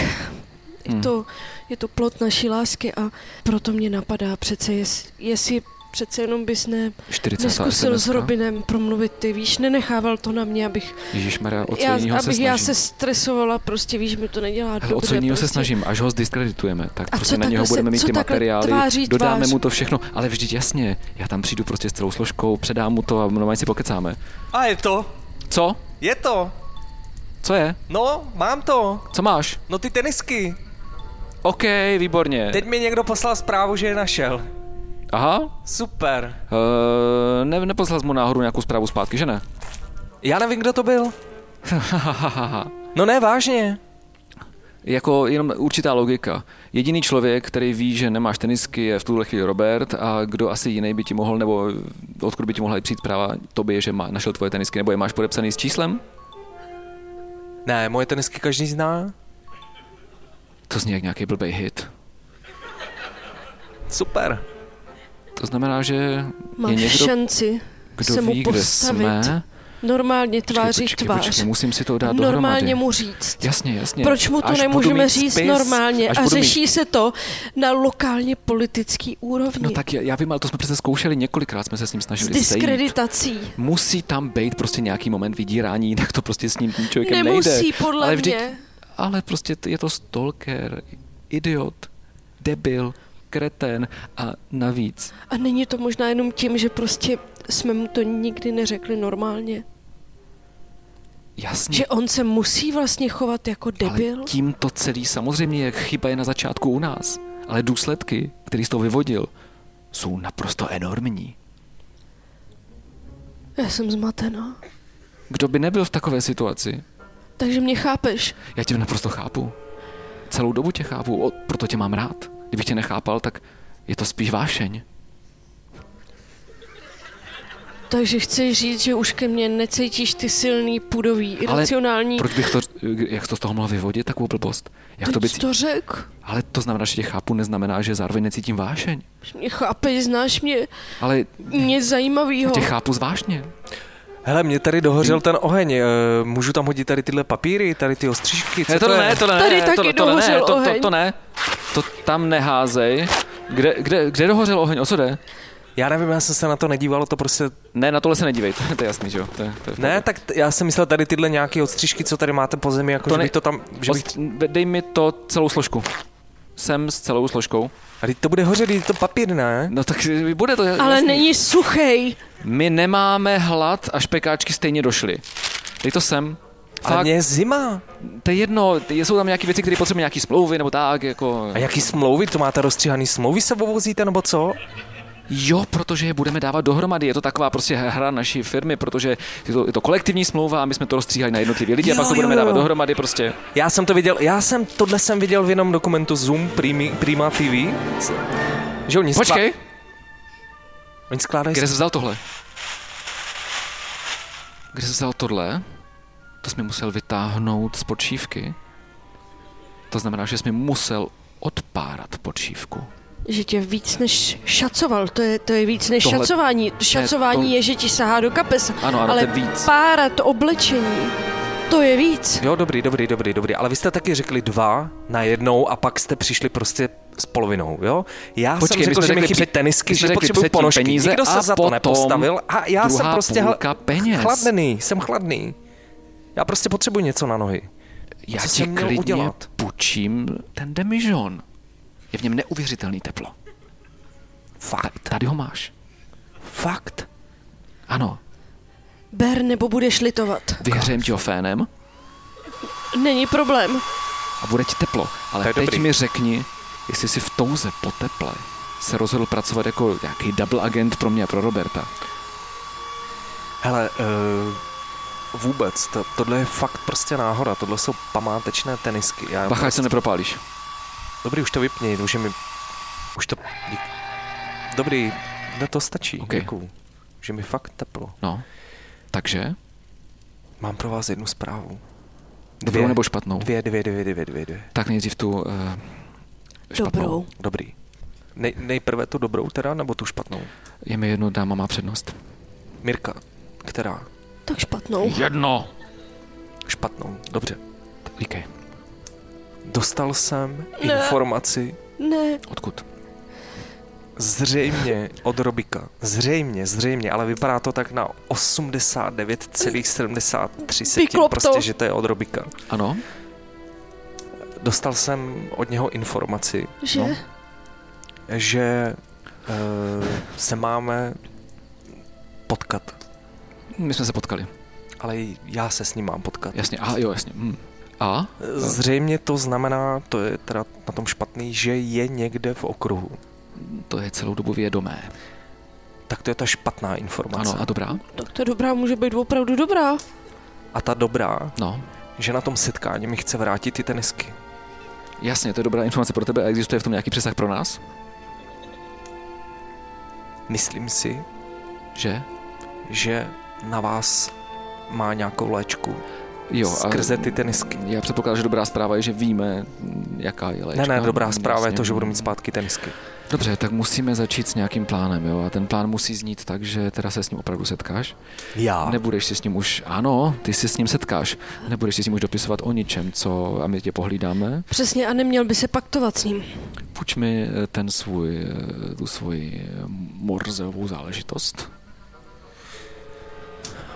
Je
Hmm.
to, je to plot naší lásky a proto mě napadá přece, jest, jestli přece jenom bys ne,
Hm, 40.
neskusil s
SMS-ka.
Robinem promluvit, ty víš, nenechával to na mě, abych
Ježíš Maria, o co
já,
jiného se
abych
snažím.
já se stresovala, prostě víš, mi to nedělá
Hele,
dobře.
o co jiného
prostě.
se snažím, až ho zdiskreditujeme, tak
A
prostě
co
na něho
takhle se-
budeme mít
co
ty
takhle
materiály,
tváří
dodáme
tvář?
mu to všechno, ale vždyť jasně, já tam přijdu prostě s celou složkou, předám mu to a normálně si pokecáme.
A je to,
Co?
je to.
Co je?
No, mám to.
Co máš?
No ty tenisky.
OK, výborně.
Teď mi někdo poslal zprávu, že je našel.
Aha,
Super.
e, ne, neposlal jsi mu náhodou nějakou zprávu zpátky, že ne?
Já nevím, kdo to byl. No ne, vážně.
Jako jenom určitá logika. Jediný člověk, který ví, že nemáš tenisky, je v tuhle chvíli Robert a kdo asi jiný by ti mohl, nebo odkud by ti mohla přijít práva tobě, že má, našel tvoje tenisky, nebo je máš podepsaný s číslem?
Ne, moje tenisky každý zná.
To zní jak nějaký blbý hit.
Super.
To znamená, že
Máš
je někdo,
šanci
kdo
se mu
ví, kde
postavit
jsme.
normálně
Počkej,
tváří
počkej,
tvář.
počkej, musím si to dát dohromady.
normálně mu říct.
Jasně, jasně.
Proč mu to
Až budu
nemůžeme
mít
říct
spis,
normálně
až
a
budu mít-
řeší se to na lokálně politický úrovni?
No tak já, já vím, ale to jsme přece zkoušeli několikrát, jsme se s ním
S
snažili sejít.
diskreditací.
Musí tam být prostě nějaký moment vydírání, *laughs* jinak to prostě s ním tím člověkem nejde.
Nemusí, podle
ale vždyť-
mě.
Ale prostě t- je to stalker, idiot, debil, kreten a navíc.
A není to možná jenom tím, že prostě jsme mu to nikdy neřekli normálně.
Hm. Jasně,
Že on se musí vlastně chovat jako debil?
ale tím to celý samozřejmě, jak chyba je na začátku u nás. Ale důsledky, který z toho vyvodil, jsou naprosto enormní.
Já jsem zmatená.
Kdo by nebyl v takové situaci?
Takže mě chápeš?
Já tě naprosto chápu. Celou dobu tě chápu, o, proto tě mám rád. Kdybych tě nechápal, tak je to spíš vášeň.
Takže chceš říct, že už ke mně necítíš ty silný, půdový,
Ale
iracionální...
Proč bych to, jak jsi to z toho mohl vyvodit, takovou blbost? Jak to by,
Teď jsi to řek?
ale to znamená, že tě chápu, neznamená, že zároveň necítím vášeň.
Že Mě chápeš, znáš mě,
Ale
mě
já
zajímavýho.
tě chápu zvážně.
Hele, mě tady dohořel ten oheň. eh, Můžu tam hodit tady tyhle papíry, tady ty ostřížky? Co to je?
ne.
Tady taky dohořel oheň.
ne. To tam neházej. Kde, kde, kde dohořel oheň? O co jde?
Já nevím, já jsem se na to nedíval, to prostě...
Ne, na tohle se nedívejte, to je jasný, že jo. To, je- to je v
Ne,
pohodě.
tak t- já jsem myslel tady tyhle nějaké odstřížky, co tady máte po zemi, jako
To
to že
ne-
bych to tam... Že bych...
Ost- Dej mi to celou složku. Sem s celou složkou.
A teď to bude hořet, teď to papír, ne?
No tak bude to
Ale
jasný.
není suchej.
My nemáme hlad a špekáčky stejně došly. Dej to sem.
Ale
Fakt,
mě je zima.
to je jedno, ty- jsou tam nějaké věci, které potřebujeme, nějaké smlouvy nebo tak, jako...
A jaký smlouvy? To máte rozstříhaný smlouvy se vovozíte, nebo co?
Jo, protože je budeme dávat dohromady, je to taková prostě hra naší firmy, protože je to, je to kolektivní smlouva a my jsme to rozstříhali na jednotlivé lidi a
Jo,
pak to
jo,
budeme
jo.
dávat dohromady prostě.
Já jsem to viděl, já jsem, tohle jsem viděl v jenom dokumentu Zoom Prima, Prima TV. S- Že oni,
Počkej,
oni skládají...
kde jsi vzal tohle? Kde jsi vzal tohle? To jsi mi musel vytáhnout z podšívky. To znamená, že jsi mi musel odpárat podšívku.
Že tě víc než šacoval, to je, to je víc než
Tohle-
šacování. Šacování
to-
je, že ti sahá do kapes,
Ano, ano,
ale
to je víc.
párat oblečení, to je víc.
Jo, dobrý, dobrý, dobrý, dobrý. Ale vy jste taky řekli dva na jednou a pak jste přišli prostě s polovinou, jo? Já
Počkej,
jsem
my
řekl,
jsme
že mi
řekli
chybí
při-
tenisky,
my jsme
že
řekli
potřebuji
předtím
ponožky.
peníze
Nikdo
a
se za to
potom
nepostavil a já jsem
druhá
prostě hele,
půlka peněz.
chladný, jsem chladný. Já prostě potřebuji něco na nohy.
Já
Co
ti
jsem měl
klidně
udělat?
půjčím ten demižon. Je v něm neuvěřitelný teplo.
Fakt,
Tady ho máš.
fakt.
Ano,
Ber nebo budeš litovat.
vyhřejem ti ho fénem
Není problém.
a bude ti teplo.
To
Ale
je
teď
dobrý.
mi řekni, jestli jsi v touze po teple se rozhodl pracovat jako nějaký double agent pro mě a pro Roberta.
Hele, uh, vůbec, to, tohle je fakt prostě náhoda, tohle jsou památečné tenisky. Já
Bacha, ať se nepropálíš.
Dobrý, už to vypni, už je mi... Už to... dík. Dobrý, no to stačí.
Ok.
Okay. Děkuju. Už je mi fakt teplo.
No, takže?
Mám pro vás jednu zprávu.
Dobrou nebo špatnou?
Dvě, dvě, dvě, dvě, dvě, dvě.
Tak nejdřív tu uh, špatnou.
Dobrou.
Dobrý. Nej, nejprve tu dobrou teda, nebo tu špatnou?
Je mi jedno, dáma má přednost.
Mirka, která?
Tak
Oh.
špatnou.
Jedno!
Špatnou, dobře.
Říkej,
Dostal jsem
Ne.
informaci
Ne,
odkud?
zřejmě od Robika. Zřejmě, zřejmě, ale vypadá to tak na 89,73 setin,
Vyklop to.
prostě, že to je od Robika.
Ano?
Dostal jsem od něho informaci,
že?
No.
že uh, se máme potkat,
My jsme se potkali.
ale i já se s ním mám potkat.
Jasně, a jo, jasně. Hm. A?
Zřejmě to znamená, to je teda na tom špatný, že je někde v okruhu.
To je celou dobu vědomé.
Tak to je ta špatná informace.
Ano, a dobrá?
Tak to dobrá může být opravdu dobrá.
a ta dobrá,
No.
že na tom setkání mi chce vrátit ty tenisky.
Jasně, to je dobrá informace pro tebe. A existuje v tom nějaký přesah pro nás?
Myslím si,
Že?
že na vás má nějakou léčku
Jo. a-
skrze ty tenisky.
Já předpokládám, že dobrá zpráva je, že víme, jaká je léčka.
Ne, ne, dobrá
Jasně.
zpráva je to, že budu mít zpátky tenisky.
Dobře, tak musíme začít s nějakým plánem, jo? A ten plán musí znít tak, že teda se s ním opravdu setkáš.
Já?
Nebudeš si s ním už, ano, ty si s ním setkáš. Nebudeš si s ním už dopisovat o ničem, co a my tě pohlídáme.
Přesně a neměl by se paktovat s ním.
Půjč mi eh, ten svůj, eh, tu svoji eh, morzovou záležitost.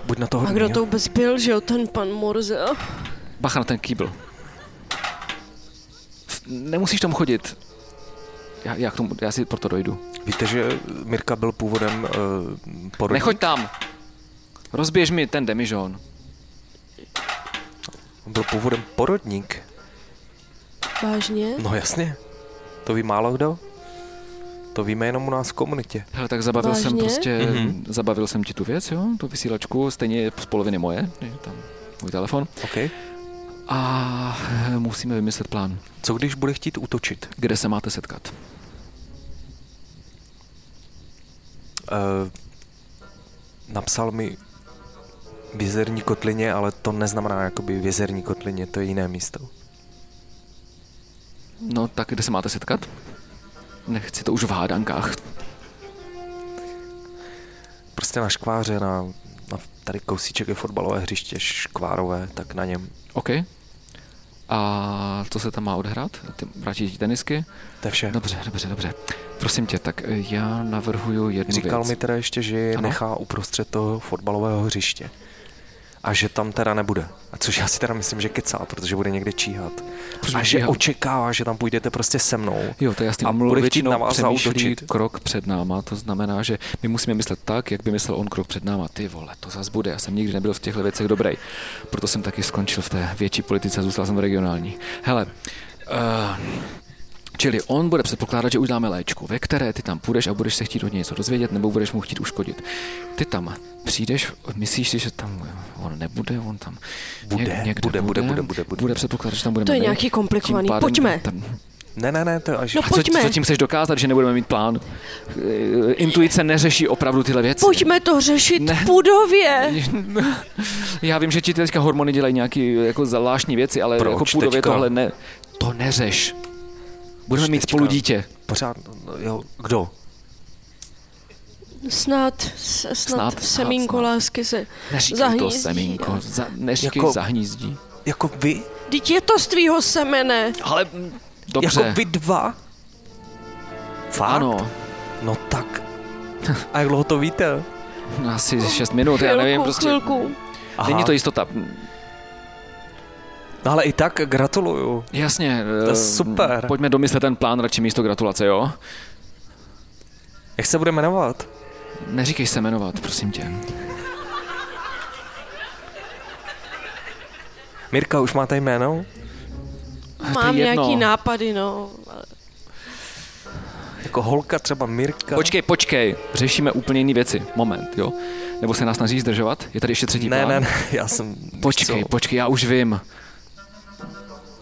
Buď na to
A
hodný.
kdo
jo?
to vůbec byl, že jo, ten pan Morze?
Bacha na ten kýbl. F- Nemusíš tam chodit. Já, já, k tomu, já si proto dojdu.
Víte, že Mirka byl původem uh, porodník?
Nechoď tam! Rozběž mi ten demižon.
Byl původem porodník.
Vážně?
No jasně. To ví málo kdo. To víme jenom u nás v komunitě.
Hele, tak zabavil Vážně? jsem
Vážně?
prostě,
Mhm.
mm-hmm. zabavil jsem ti tu věc, jo, tu vysílačku, stejně je z poloviny moje, je tam můj telefon.
OK?
A eh, musíme vymyslet plán,
Co když bude chtít útočit?
kde se máte setkat.
Uh, napsal mi v jezerní kotlině, ale to neznamená jakoby v jezerní kotlině, to je jiné místo.
No, tak kde se máte setkat? Nechci to už v hádankách.
Prostě na škváře, na, na tady kousíček je fotbalové hřiště škvárové, tak na něm.
OK. A co se tam má odehrát? Ty vrátíš ti tenisky?
To je vše.
Dobře, dobře, dobře. Prosím tě, tak eh, já navrhuju jednu
Říkal
věc.
mi teda ještě, že je
Ano.
nechá uprostřed toho fotbalového hřiště. A že tam teda nebude. A což já si teda myslím, že kecá, protože bude někde číhat.
Proč
a
bych
že
číhal?
očekává, že tam půjdete prostě se mnou.
Jo, to je jasný.
A
On
bude chtít
většinou
na vás
přemýšlí
zaútočit.
krok před náma, to znamená, že my musíme myslet tak, jak by myslel on krok před náma. Ty vole, to zas bude. Já jsem nikdy nebyl v těchto věcech dobrý. Proto jsem taky skončil v té větší politice a zůstal jsem v regionální. Hele, uh, Čili on bude předpokládat, že uděláme léčku, ve které ty tam půjdeš a budeš se chtít od něj něco dozvědět nebo budeš mu chtít uškodit. Ty tam přijdeš, myslíš si, že tam on nebude, on tam
Bude,
něk- někde
bude, bude, bude, bude, bude.
bude předpokládat, že tam budeme
To je
my,
nějaký
tím
komplikovaný.
pádem
Pojďme.
Tam, tam,
Ne, ne, ne, to je až...
No
a co,
Pojďme.
co tím chceš dokázat, že nebudeme mít plán? Eh, Intuice neřeší opravdu tyhle věci.
Pojďme to řešit
Ne.
v budově.
Já vím, že ti teďka hormony dělají nějaký jako zvláštní věci, ale
Proč
jako půdově
teďka?
tohle ne. To neřeš. Budeme
Proč
mít
teďka?
spolu dítě.
Pořád, no, jo, kdo?
Snad, s-
Snad,
snad, snad semínko
snad, snad.
lásky se
Neříkej to
zahnízdí.
semínko. Za, neříkej
Jako-
jako... zahnízdí.
Jako vy?
Vždyť je to z tvýho semene.
Ale dobře.
Jako vy dva? Fakt?
Ano,
No
*laughs*
tak. A jak dlouho to víte?
asi 6 minut, já
Chvilku,
nevím, prostě
chvilku.
není to jistota.
No ale i tak gratuluju.
Jasně.
To je
eh,
super.
Pojďme domyslet ten plán radši místo gratulace, jo?
Jak se bude jmenovat?
Neříkej se jmenovat, prosím tě.
Mirka, už máte jméno?
Mám
jedno.
nějaký nápady, no. ale-
Jako holka třeba Mirka?
Počkej, počkej, řešíme úplně jiné věci. Moment, jo? Nebo se nás snaží zdržovat? Je tady ještě třetí
Ne,
plán?
ne, ne, já jsem... víš
Počkej,
co?
počkej, já už vím.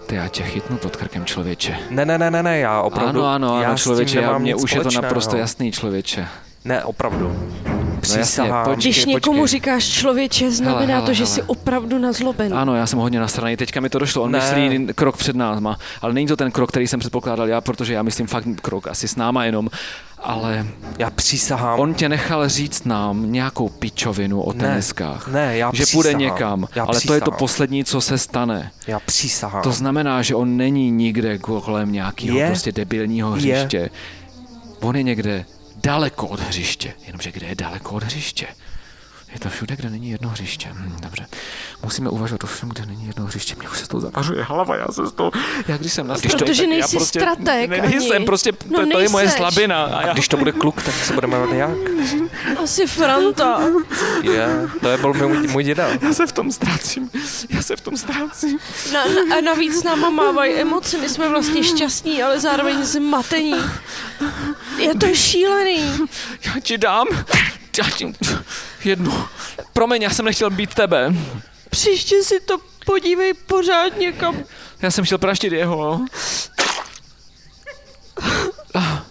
Ty já tě chytnu pod krkem člověče.
Ne, ne, ne, ne, ne, já opravdu...
ano, ano,
já
ano,
s tím
člověče, já,
nemám
mě
nic
už je to
společného.
naprosto jasný, člověče.
Ne, opravdu. Přísahám.
pojď.
Když
počkej.
někomu říkáš člověče, znamená
Hele, hele,
to, že
hele.
jsi opravdu nazlobený.
Ano, já jsem hodně nasraný, teďka mi to došlo, on
Ne.
ne. myslí krok před náma, ale není to ten krok, který jsem předpokládal já, protože já myslím fakt krok asi s náma jenom, ale
Já přísahám.
on tě nechal říct nám nějakou pičovinu o teniskách.
ne, já
že půjde
přísahám.
někam,
Já
ale to je to
přísahám.
poslední, co se stane.
Já přísahám.
To znamená, že on není nikde kolem nějakého
Je.
prostě debilního
Je.
hřiště. On je někde daleko od hřiště. Jenomže kde je daleko od hřiště? Je to všude, kde není jedno hřiště. Hm, dobře. Musíme uvažovat o všem, kde není jedno hřiště. Mně už se to zavařuje hlava, já se z toho... Já když jsem na
Protože nejsi strateg
Ne,
ani.
nejsem, prostě
No
to, to je moje
nejseš.
slabina. A já...
Když to bude kluk, tak se bude jmenovat jak?
Asi Franta.
Je, to je byl můj, můj děda.
já se v tom ztrácím. Já se v tom ztrácím.
Na, na, a navíc s náma mávají emoce, my jsme vlastně šťastní, ale zároveň zmatení. Je to šílený.
Já ti dám... Já ti... Jednu. Promiň, já jsem nechtěl být tebe.
Příště si to podívej pořád někam.
Já jsem chtěl praštit jeho, no. Ah.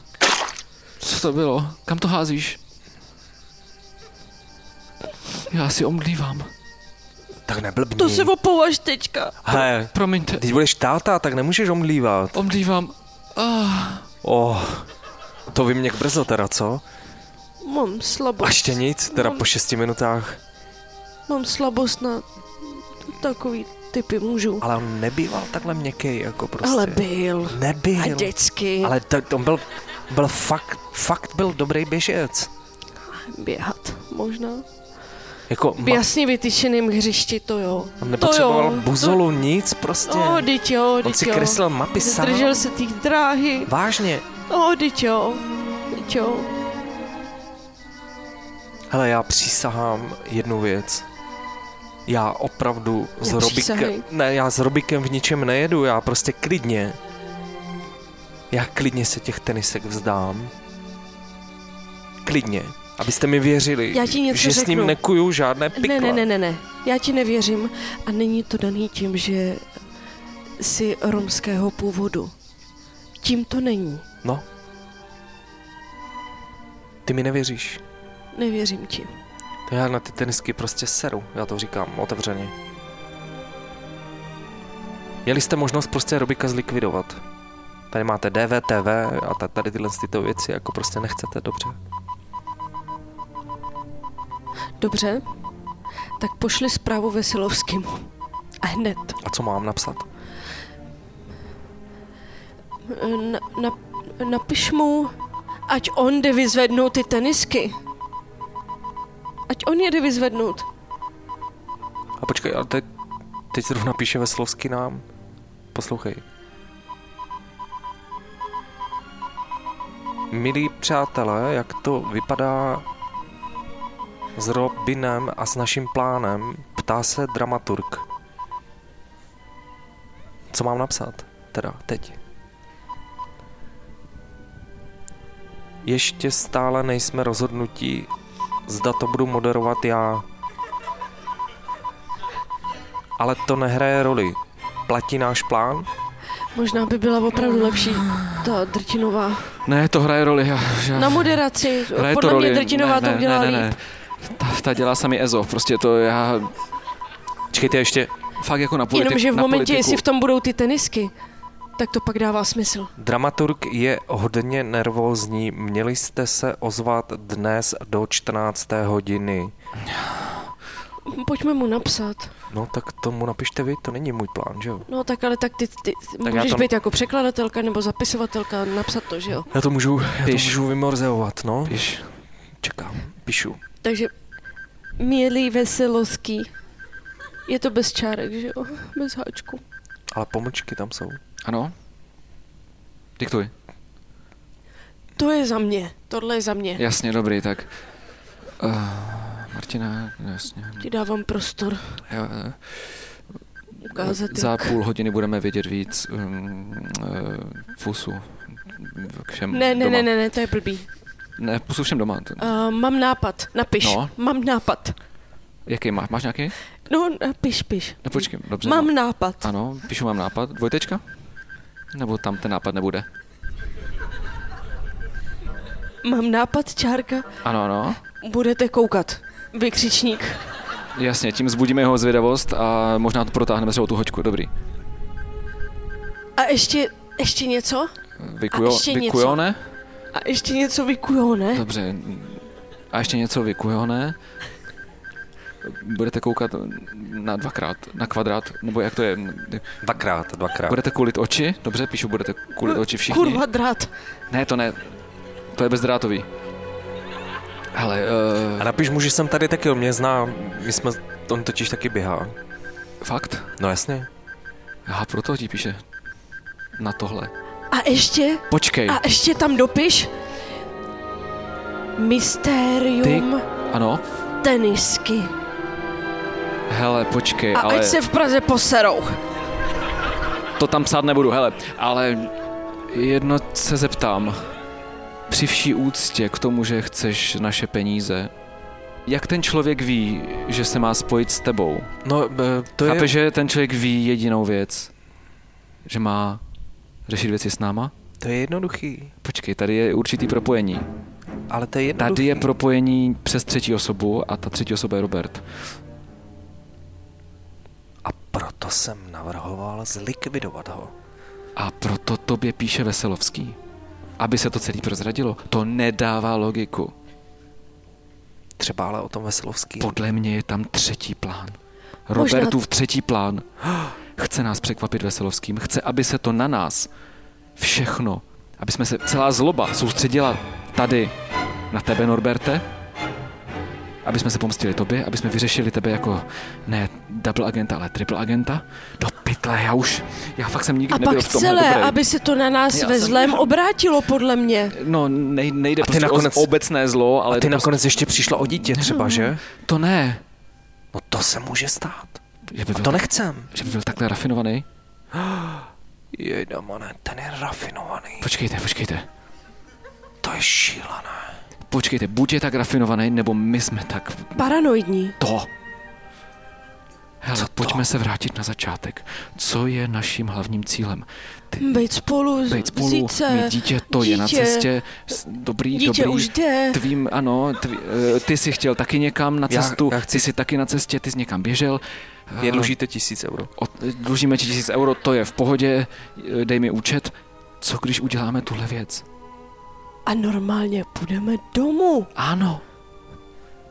Co to bylo? Kam to házíš? Já si omdlívám.
Tak neblbni.
Hmm.
To se opovaž teďka.
Hele,
Promiňte,
teď budeš táta, tak nemůžeš omlívat.
omdlívám. Ah.
Oh, to vím nějak brzo teda, co?
Mám slabost.
A ještě nic, teda po šesti minutách.
Mám slabost na takový typy mužů.
Ale on nebýval takhle měkký, jako prostě.
Ale byl.
Nebyl.
A vždycky
Ale to, on byl, byl fakt, fakt byl dobrý běžec.
běhat možná.
Jako
V
ma-
jasně vytyčeným hřišti, to jo.
on
To
nepotřeboval
jo.
buzolu, nic prostě.
To, oh, dyť jo,
on
dyť
si
jo.
kreslil mapy sám.
Zdržel se tý dráhy.
Vážně.
Oh, dyť jo. Dyť jo.
Hele, já přísahám jednu věc. Já opravdu s
Já
Robikem...
přísahej.
Ne, já s Robikem v ničem nejedu, já prostě klidně... Já klidně se těch tenisek vzdám. Klidně. Abyste mi věřili,
Já ti něco
že s ním
řeknu.
nekuju žádné pikle.
Ne, ne, ne, ne, ne. Já ti nevěřím a není to daný tím, že jsi romského původu. Tím to není.
No. Ty mi nevěříš.
Nevěřím ti.
To já na ty tenisky prostě seru, já to říkám otevřeně. Měli jste možnost prostě Robika zlikvidovat. Tady máte DVTV a ta- tady tyhle tyto věci, jako prostě nechcete, dobře.
Dobře, tak pošli zprávu Vesilovskému. A hned.
A co mám napsat?
eh, Na, na, napiš mu, ať on jde vyzvednout ty tenisky. Ať on jede vyzvednout.
A počkej, ale teď, teď zrovna píše Veslovský nám. Poslouchej. Milí přátelé, jak to vypadá s Robinem a s naším plánem, ptá se dramaturg. Co mám napsat? Teda, teď. Ještě stále nejsme rozhodnutí, zda to budu moderovat já, ale to nehraje roli. Platí náš plán?
Možná by byla opravdu lepší ta drtinová.
Ne, to hraje roli. Já, já...
Na moderaci.
Hraje
No, Podle
to
mě
roli.
drtinová
ne,
to udělá
ne, ne, ne.
líp.
Ta, ta dělá sami Ezo, prostě to já
Čekejte ještě,
fakt jako na politiku.
Jenomže v
na
momentě,
politiku.
jestli v tom budou ty tenisky, tak to pak dává smysl.
dramaturg je hodně nervózní. Měli jste se ozvat dnes do 14. hodiny.
Pojďme mu napsat.
No tak tomu napište vy, to není můj plán, že jo?
No tak ale tak ty, ty
já
tak můžeš
to-
to... být jako překladatelka nebo zapisovatelka, napsat to, že jo?
Já to můžu, já to
Píš.
můžu vymorzeovat, no.
Píš.
Čekám, píšu.
Takže milý veselovský. Je to bez čárek, že jo? Bez háčku.
Ale pomlčky tam jsou.
Ano. Diktuj.
To je za mě. Tohle je za mě.
Jasně, dobrý, tak. Uh, Martina, jasně.
Ti dávám prostor
Jo, jo.
ukázat,
Za
jak...
půl hodiny budeme vědět víc um, uh, fusu. K všem
Ne, ne,
doma.
ne, ne, ne, to je blbý.
Ne, pusu všem doma. To-
Uh, mám nápad, napiš.
No.
Mám nápad.
Jaký máš? Máš nějaký?
No, napiš, piš.
Ne, počkej, dobře.
Mám
no.
nápad.
Ano, píšu mám nápad. Dvojtečka? Nebo tam ten nápad nebude?
Mám nápad, čárka.
Ano, ano.
Budete koukat. Vykřičník.
Jasně, tím zbudíme jeho zvědavost a možná to protáhneme třeba tu hoďku. Dobrý.
A ještě, ještě něco? A
Vykujo,
ještě něco.
vykujone?
A ještě něco vykujo, ne?
Dobře. A ještě něco vykujone? Budete koukat na dvakrát, na kvadrát, nebo jak to je?
Dvakrát, dvakrát.
Budete kulit oči? Dobře, píšu, budete kulit oči všichni.
Kurva drát.
Ne, to ne. To je bezdrátový. Hele, uh,
A napiš mu, že jsem tady taky, on mě zná, my jsme, on totiž taky běhá.
fakt?
No jasně.
Aha, proto ti píše. Na tohle.
A ještě,
Počkej.
a ještě tam dopiš. Mystérium
Ano?
tenisky.
Hele, počkej,
A
ale...
ať se v Praze poserou.
To tam psát nebudu, hele, ale jedno se zeptám. Při vší úctě k tomu, že chceš naše peníze, jak ten člověk ví, že se má spojit s tebou?
No, eh, to
Chápe,
je...
že ten člověk ví jedinou věc, že má řešit věci s náma?
To je jednoduchý.
Počkej, tady je určitý propojení.
Ale to je jednoduchý.
Tady je propojení přes třetí osobu a ta třetí osoba je Robert.
A proto jsem navrhoval zlikvidovat ho.
A proto tobě píše Veselovský. Aby se to celý prozradilo. To nedává logiku.
Třeba ale o tom Veselovský.
Podle mě je tam třetí plán.
Možná-
Robertův třetí plán. Chce nás překvapit Veselovským. Chce, aby se to na nás všechno, aby jsme se celá zloba soustředila tady na tebe, Norberte. Aby jsme se pomstili tobě, aby jsme vyřešili tebe jako ne double agenta, ale triple agenta. Do pytle, já už, já fakt jsem nikdy
A
nebyl
pak
v tomhle
celé,
dobrý.
aby se to na nás
Já
ve
jsem-
zlém obrátilo, podle mě.
No, nej, nejde
A ty
prostě nakonec...
nakonec-
o obecné zlo, ale
Ale ty
jde
nakonec ještě přišla o dítě třeba, *laughs* že?
prostě... to ne.
No to se může stát.
Že by,
A
byl,
to nechcem.
že by byl takhle rafinovaný.
Jej, domone, ten je rafinovaný.
Počkejte, počkejte.
To je šílené.
Počkejte, buď je tak rafinovaný, nebo my jsme tak
Paranoidní.
to. Hele,
Co to?
pojďme se vrátit na začátek. Co je naším hlavním cílem?
Být spolu,
Být spolu,
vzít se.
mít dítě, to je na
dítě.
cestě. S- Dobrý,
Dítě
dobrý.
už jde.
Tvým, ano, tví, eh, ty jsi chtěl taky někam na
Já-
cestu,
já
chci... ty jsi taky na cestě, ty jsi někam běžel.
Je
Eh,
dlužíte tisíc euro.
O- dlužíme ti tisíc euro, to je v pohodě, e, dej mi účet. Co když uděláme tuhle věc?
A normálně půjdeme domů.
Ano.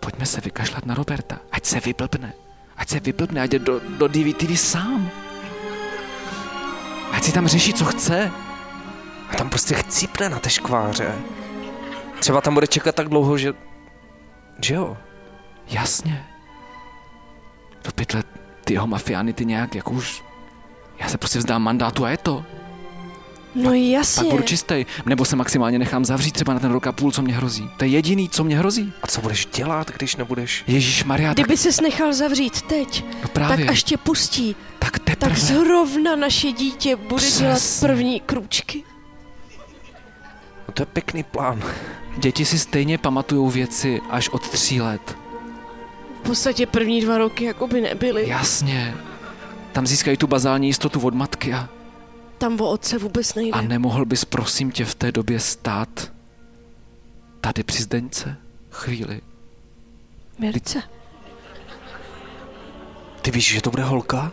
Pojďme se vykašlat na Roberta. Ať se vyblbne. Ať se vyblbne, ať jde do, do DVTV sám. Ať si tam řeší, co chce.
A tam prostě chcípne na té škváře. Třeba tam bude čekat tak dlouho, že... Že jo?
Jasně. Do pytle ty jeho mafiány, ty nějak, jako už... Já se prostě vzdám mandátu a je to.
No
Pak
jasně.
budu čistý. Nebo se maximálně nechám zavřít třeba na ten rok a půl, co mě hrozí. To je jediný, co mě hrozí.
A co budeš dělat, když nebudeš?
Ježíš Maria, tak
Kdyby ses nechal zavřít teď,
no právě.
tak až tě pustí,
tak teprve.
tak zrovna naše dítě bude dělat
Přesně.
první kručky.
No to je pěkný plán.
Děti si stejně pamatují věci až od tří let.
V podstatě první dva roky jako by nebyly.
Jasně. Tam získají tu bazální jistotu od matky a,
Tam o otce vůbec nejde.
a nemohl bys prosím tě v té době stát tady při Zdeňce? Chvíli.
Mirce.
Ty víš, že to bude holka?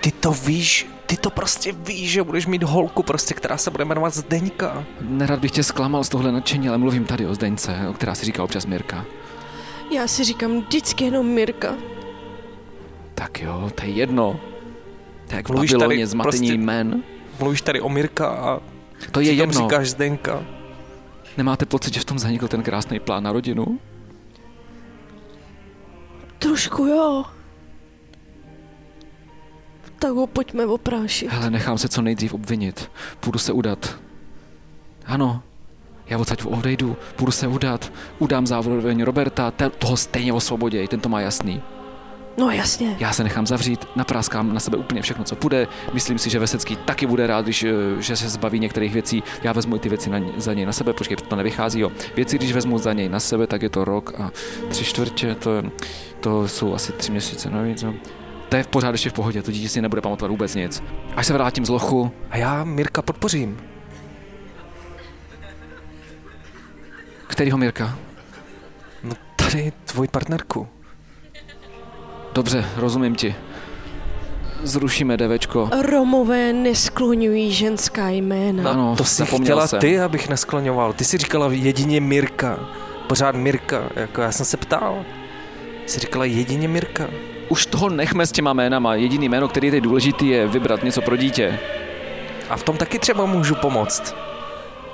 Ty to víš, ty to prostě víš, že budeš mít holku prostě, která se bude jmenovat Zdeňka.
Nerad bych tě zklamal z tohle nadšení, ale mluvím tady o Zdeňce, o která si říká občas Mirka.
Já si říkám vždycky jenom Mirka.
Tak jo, to je jedno. To je jak v
Mluvíš
Babyloně
tady
zmatení
prostě-
jmen.
Mluvíš tady o Mirka a
To je
ty tam
jedno.
říkáš Zdeňka.
Nemáte pocit, že v tom zanikl ten krásný plán na rodinu?
Trošku jo. Tak ho pojďme oprášit.
Hele, nechám se co nejdřív obvinit. Půjdu se udat. Ano, já odsaď odejdu, půjdu se udat, udám zároveň Roberta, te- toho stejně osvoboděj, ten to má jasný.
No jasně.
Já se nechám zavřít, napráskám na sebe úplně všechno, co půjde, myslím si, že Vesecký taky bude rád, když, eh, že se zbaví některých věcí, já vezmu i ty věci na, ně- za něj na sebe, počkej, to nevychází, jo. Věci, když vezmu za něj na sebe, tak je to rok a tři čtvrtě, to, je- to jsou asi tři měsíce navíc, no. To je v pořád ještě v pohodě, to dítě si nebude pamatovat vůbec nic. Až se vrátím z lochu,
A já Mirka podpořím.
Kterýho Mirka?
No tady tvoji partnerku.
Dobře, rozumím ti. Zrušíme devečko.
Romové neskloňují ženská jména.
Ano,
to si
No, zapomněl
chtěla
jsem.
ty, abych neskloňoval. Ty si říkala jedině Mirka. Pořád Mirka. Jako já jsem se ptal. Jsi říkala jedině Mirka.
Už toho nechme s těma jménama. Jediný jméno, který je teď důležitý, je vybrat něco pro dítě.
A v tom taky třeba můžu pomoct.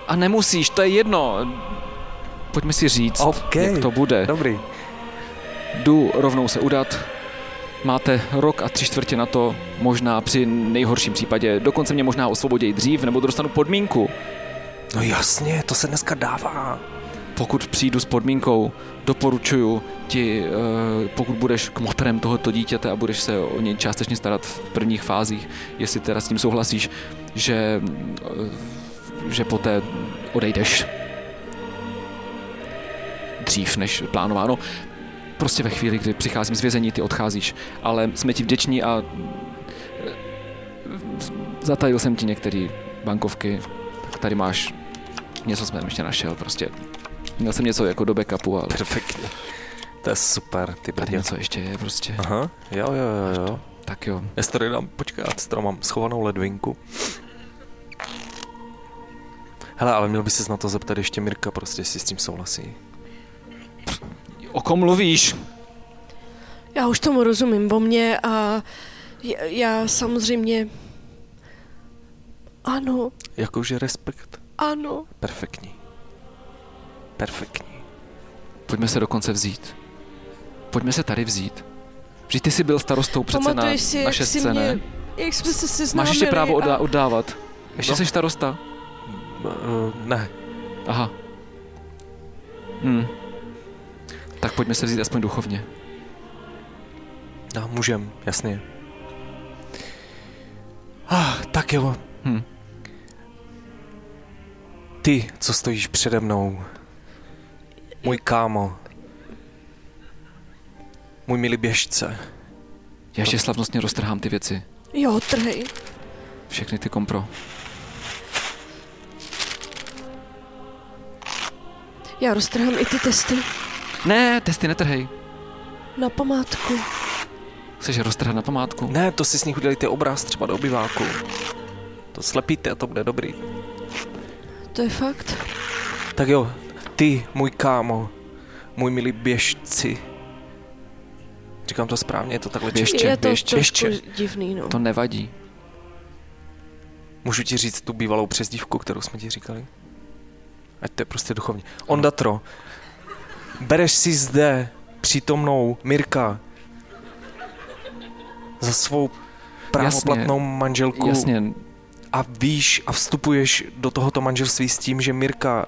A nemusíš, to je jedno. Pojďme si říct,
OK.
jak to bude.
Dobrý.
Jdu rovnou se udat. Máte rok a tři čtvrtě na to, možná při nejhorším případě. Dokonce mě možná osvobodějí dřív, nebo dostanu podmínku.
No jasně, to se dneska dává.
Pokud přijdu s podmínkou, doporučuji ti, eh, pokud budeš kmotrem tohoto dítěte a budeš se o něj částečně starat v prvních fázích, jestli teda s tím souhlasíš, že, eh, že poté odejdeš dřív než plánováno. prostě ve chvíli, kdy přicházím z vězení, ty odcházíš, ale jsme ti vděční a eh, zatajil jsem ti některé bankovky, tak tady máš, něco jsem ještě našel, prostě měl jsem něco jako do backupu, ale
Perfektně. To je super, ty
tady
brděl.
něco ještě je prostě,
Aha, jo, jo, jo, jo.
tak jo.
Já si tady dám počkat, tam mám schovanou ledvinku. Hele, ale měl by ses na to zeptat ještě Mirka, prostě si s tím souhlasí.
O kom mluvíš?
Já už tomu rozumím o mě a já, já samozřejmě... Ano,
Jakože respekt.
ano.
Perfektní. Perfektní.
Pojďme se dokonce vzít. Pojďme se tady vzít. Vždyť ty jsi byl starostou přece na,
Pamatuješ si,
na
jak jsi
šestce, ne?
mě... Jak jsme se
Máš
seznámili
ještě právo
a-
odda- oddávat. Ještě
No.
no. jsi starosta?
Eh, Ne,
Aha. Hm. Tak pojďme se vzít aspoň duchovně.
no, můžem, jasně. Ah, tak jo.
Hm.
Ty, co stojíš přede mnou. Můj kámo. Můj milý běžce.
Já ještě slavnostně roztrhám ty věci.
Jo, trhej.
Všechny ty kompro.
Já roztrhám i ty testy
Ne, testy netrhej.
na památku.
Chceš je roztrhat na památku?
Ne, to si s nich udělejte obraz třeba do obyváku. To slepíte a to bude dobrý.
To je fakt.
Tak jo, ty, můj kámo, můj milý běžci. Říkám to správně, je to takhle
Běž-
čeště.
Ještě,
je to
ještě,
trošku
ještě.
divný, no.
To nevadí.
Můžu ti říct tu bývalou přezdívku, kterou jsme ti říkali? Ať to je prostě duchovní. Ondatro, bereš si zde přítomnou Mirka za svou právoplatnou manželku
Jasně,
a víš a vstupuješ do tohoto manželství s tím, že Mirka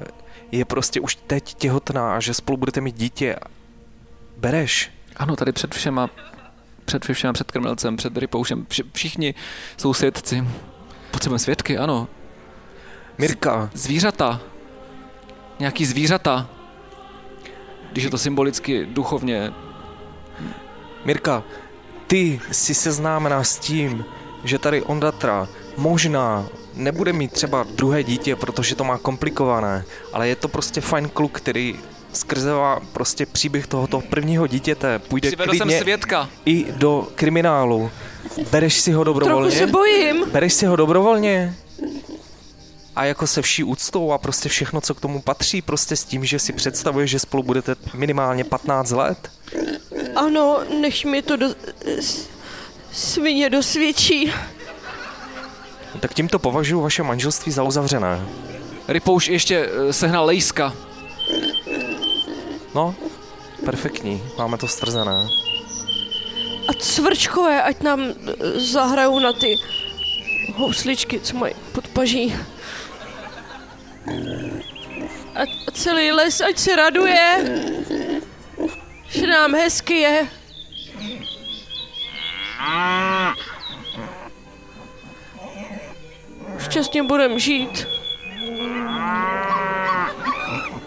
je prostě už teď těhotná a že spolu budete mít dítě. Bereš?
ano, tady před všema, před všema, před krmelcem, před rypoušem, vši, všichni jsou svědci. Potřebujeme svědky, ano.
Mirka,
Zvířata. Nějaký zvířata. Když je to symbolicky, duchovně.
Mirka, ty jsi seznámená s tím, že tady Ondatra možná nebude mít třeba druhé dítě, protože to má komplikované, ale je to prostě fajn kluk, který skrze prostě příběh tohoto prvního dítěte půjde
Přivedl jsem
klidně
svědka.
i do kriminálu. Bereš si ho
Trochu
dobrovolně?
se bojím.
Bereš si ho dobrovolně? A jako se vší úctou a prostě všechno, co k tomu patří, prostě s tím, že si představuješ, že spolu budete minimálně 15 let?
Ano, než mi to do... s- svině dosvědčí.
No, Tak tímto považuji vaše manželství za uzavřené.
Rypouš ještě eh, sehnal lejska.
No, perfektní, máme to strzené.
A cvrčkové, ať nám eh, zahrajou na ty housličky, co mají pod paží. A a celý les, ať se raduje, že nám hezky je. Šťastně budem žít.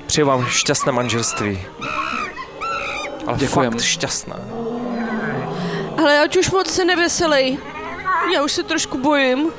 Přeji vám šťastné manželství. Ale
Děkujem.
fakt šťastné.
Ale ať už moc se neveselej. Já už se trošku bojím.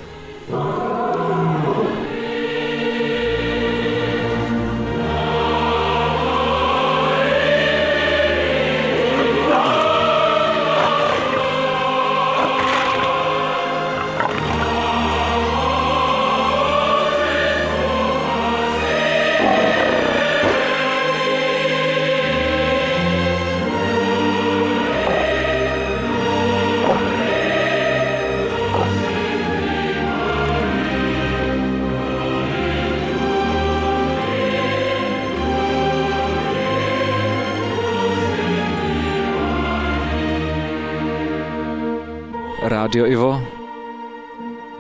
Rádio Ivo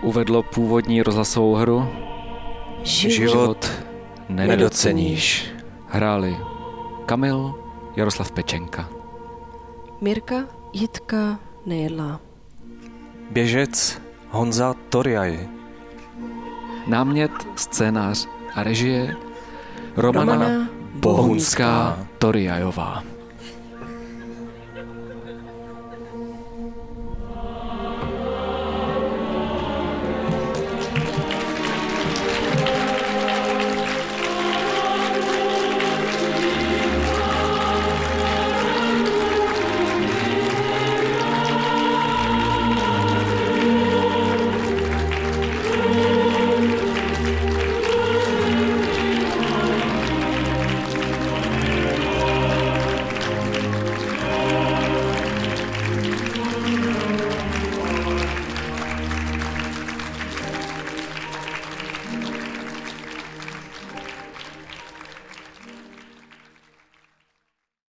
uvedlo původní rozhlasovou hru Život nedoceníš. Hráli Kamil, Jaroslav Pečenka.
Mirka Jitka nejedla.
Běžec Honza Toriaj.
Námět, scénář a režie Romana,
Romana
Bohunská Toriajová.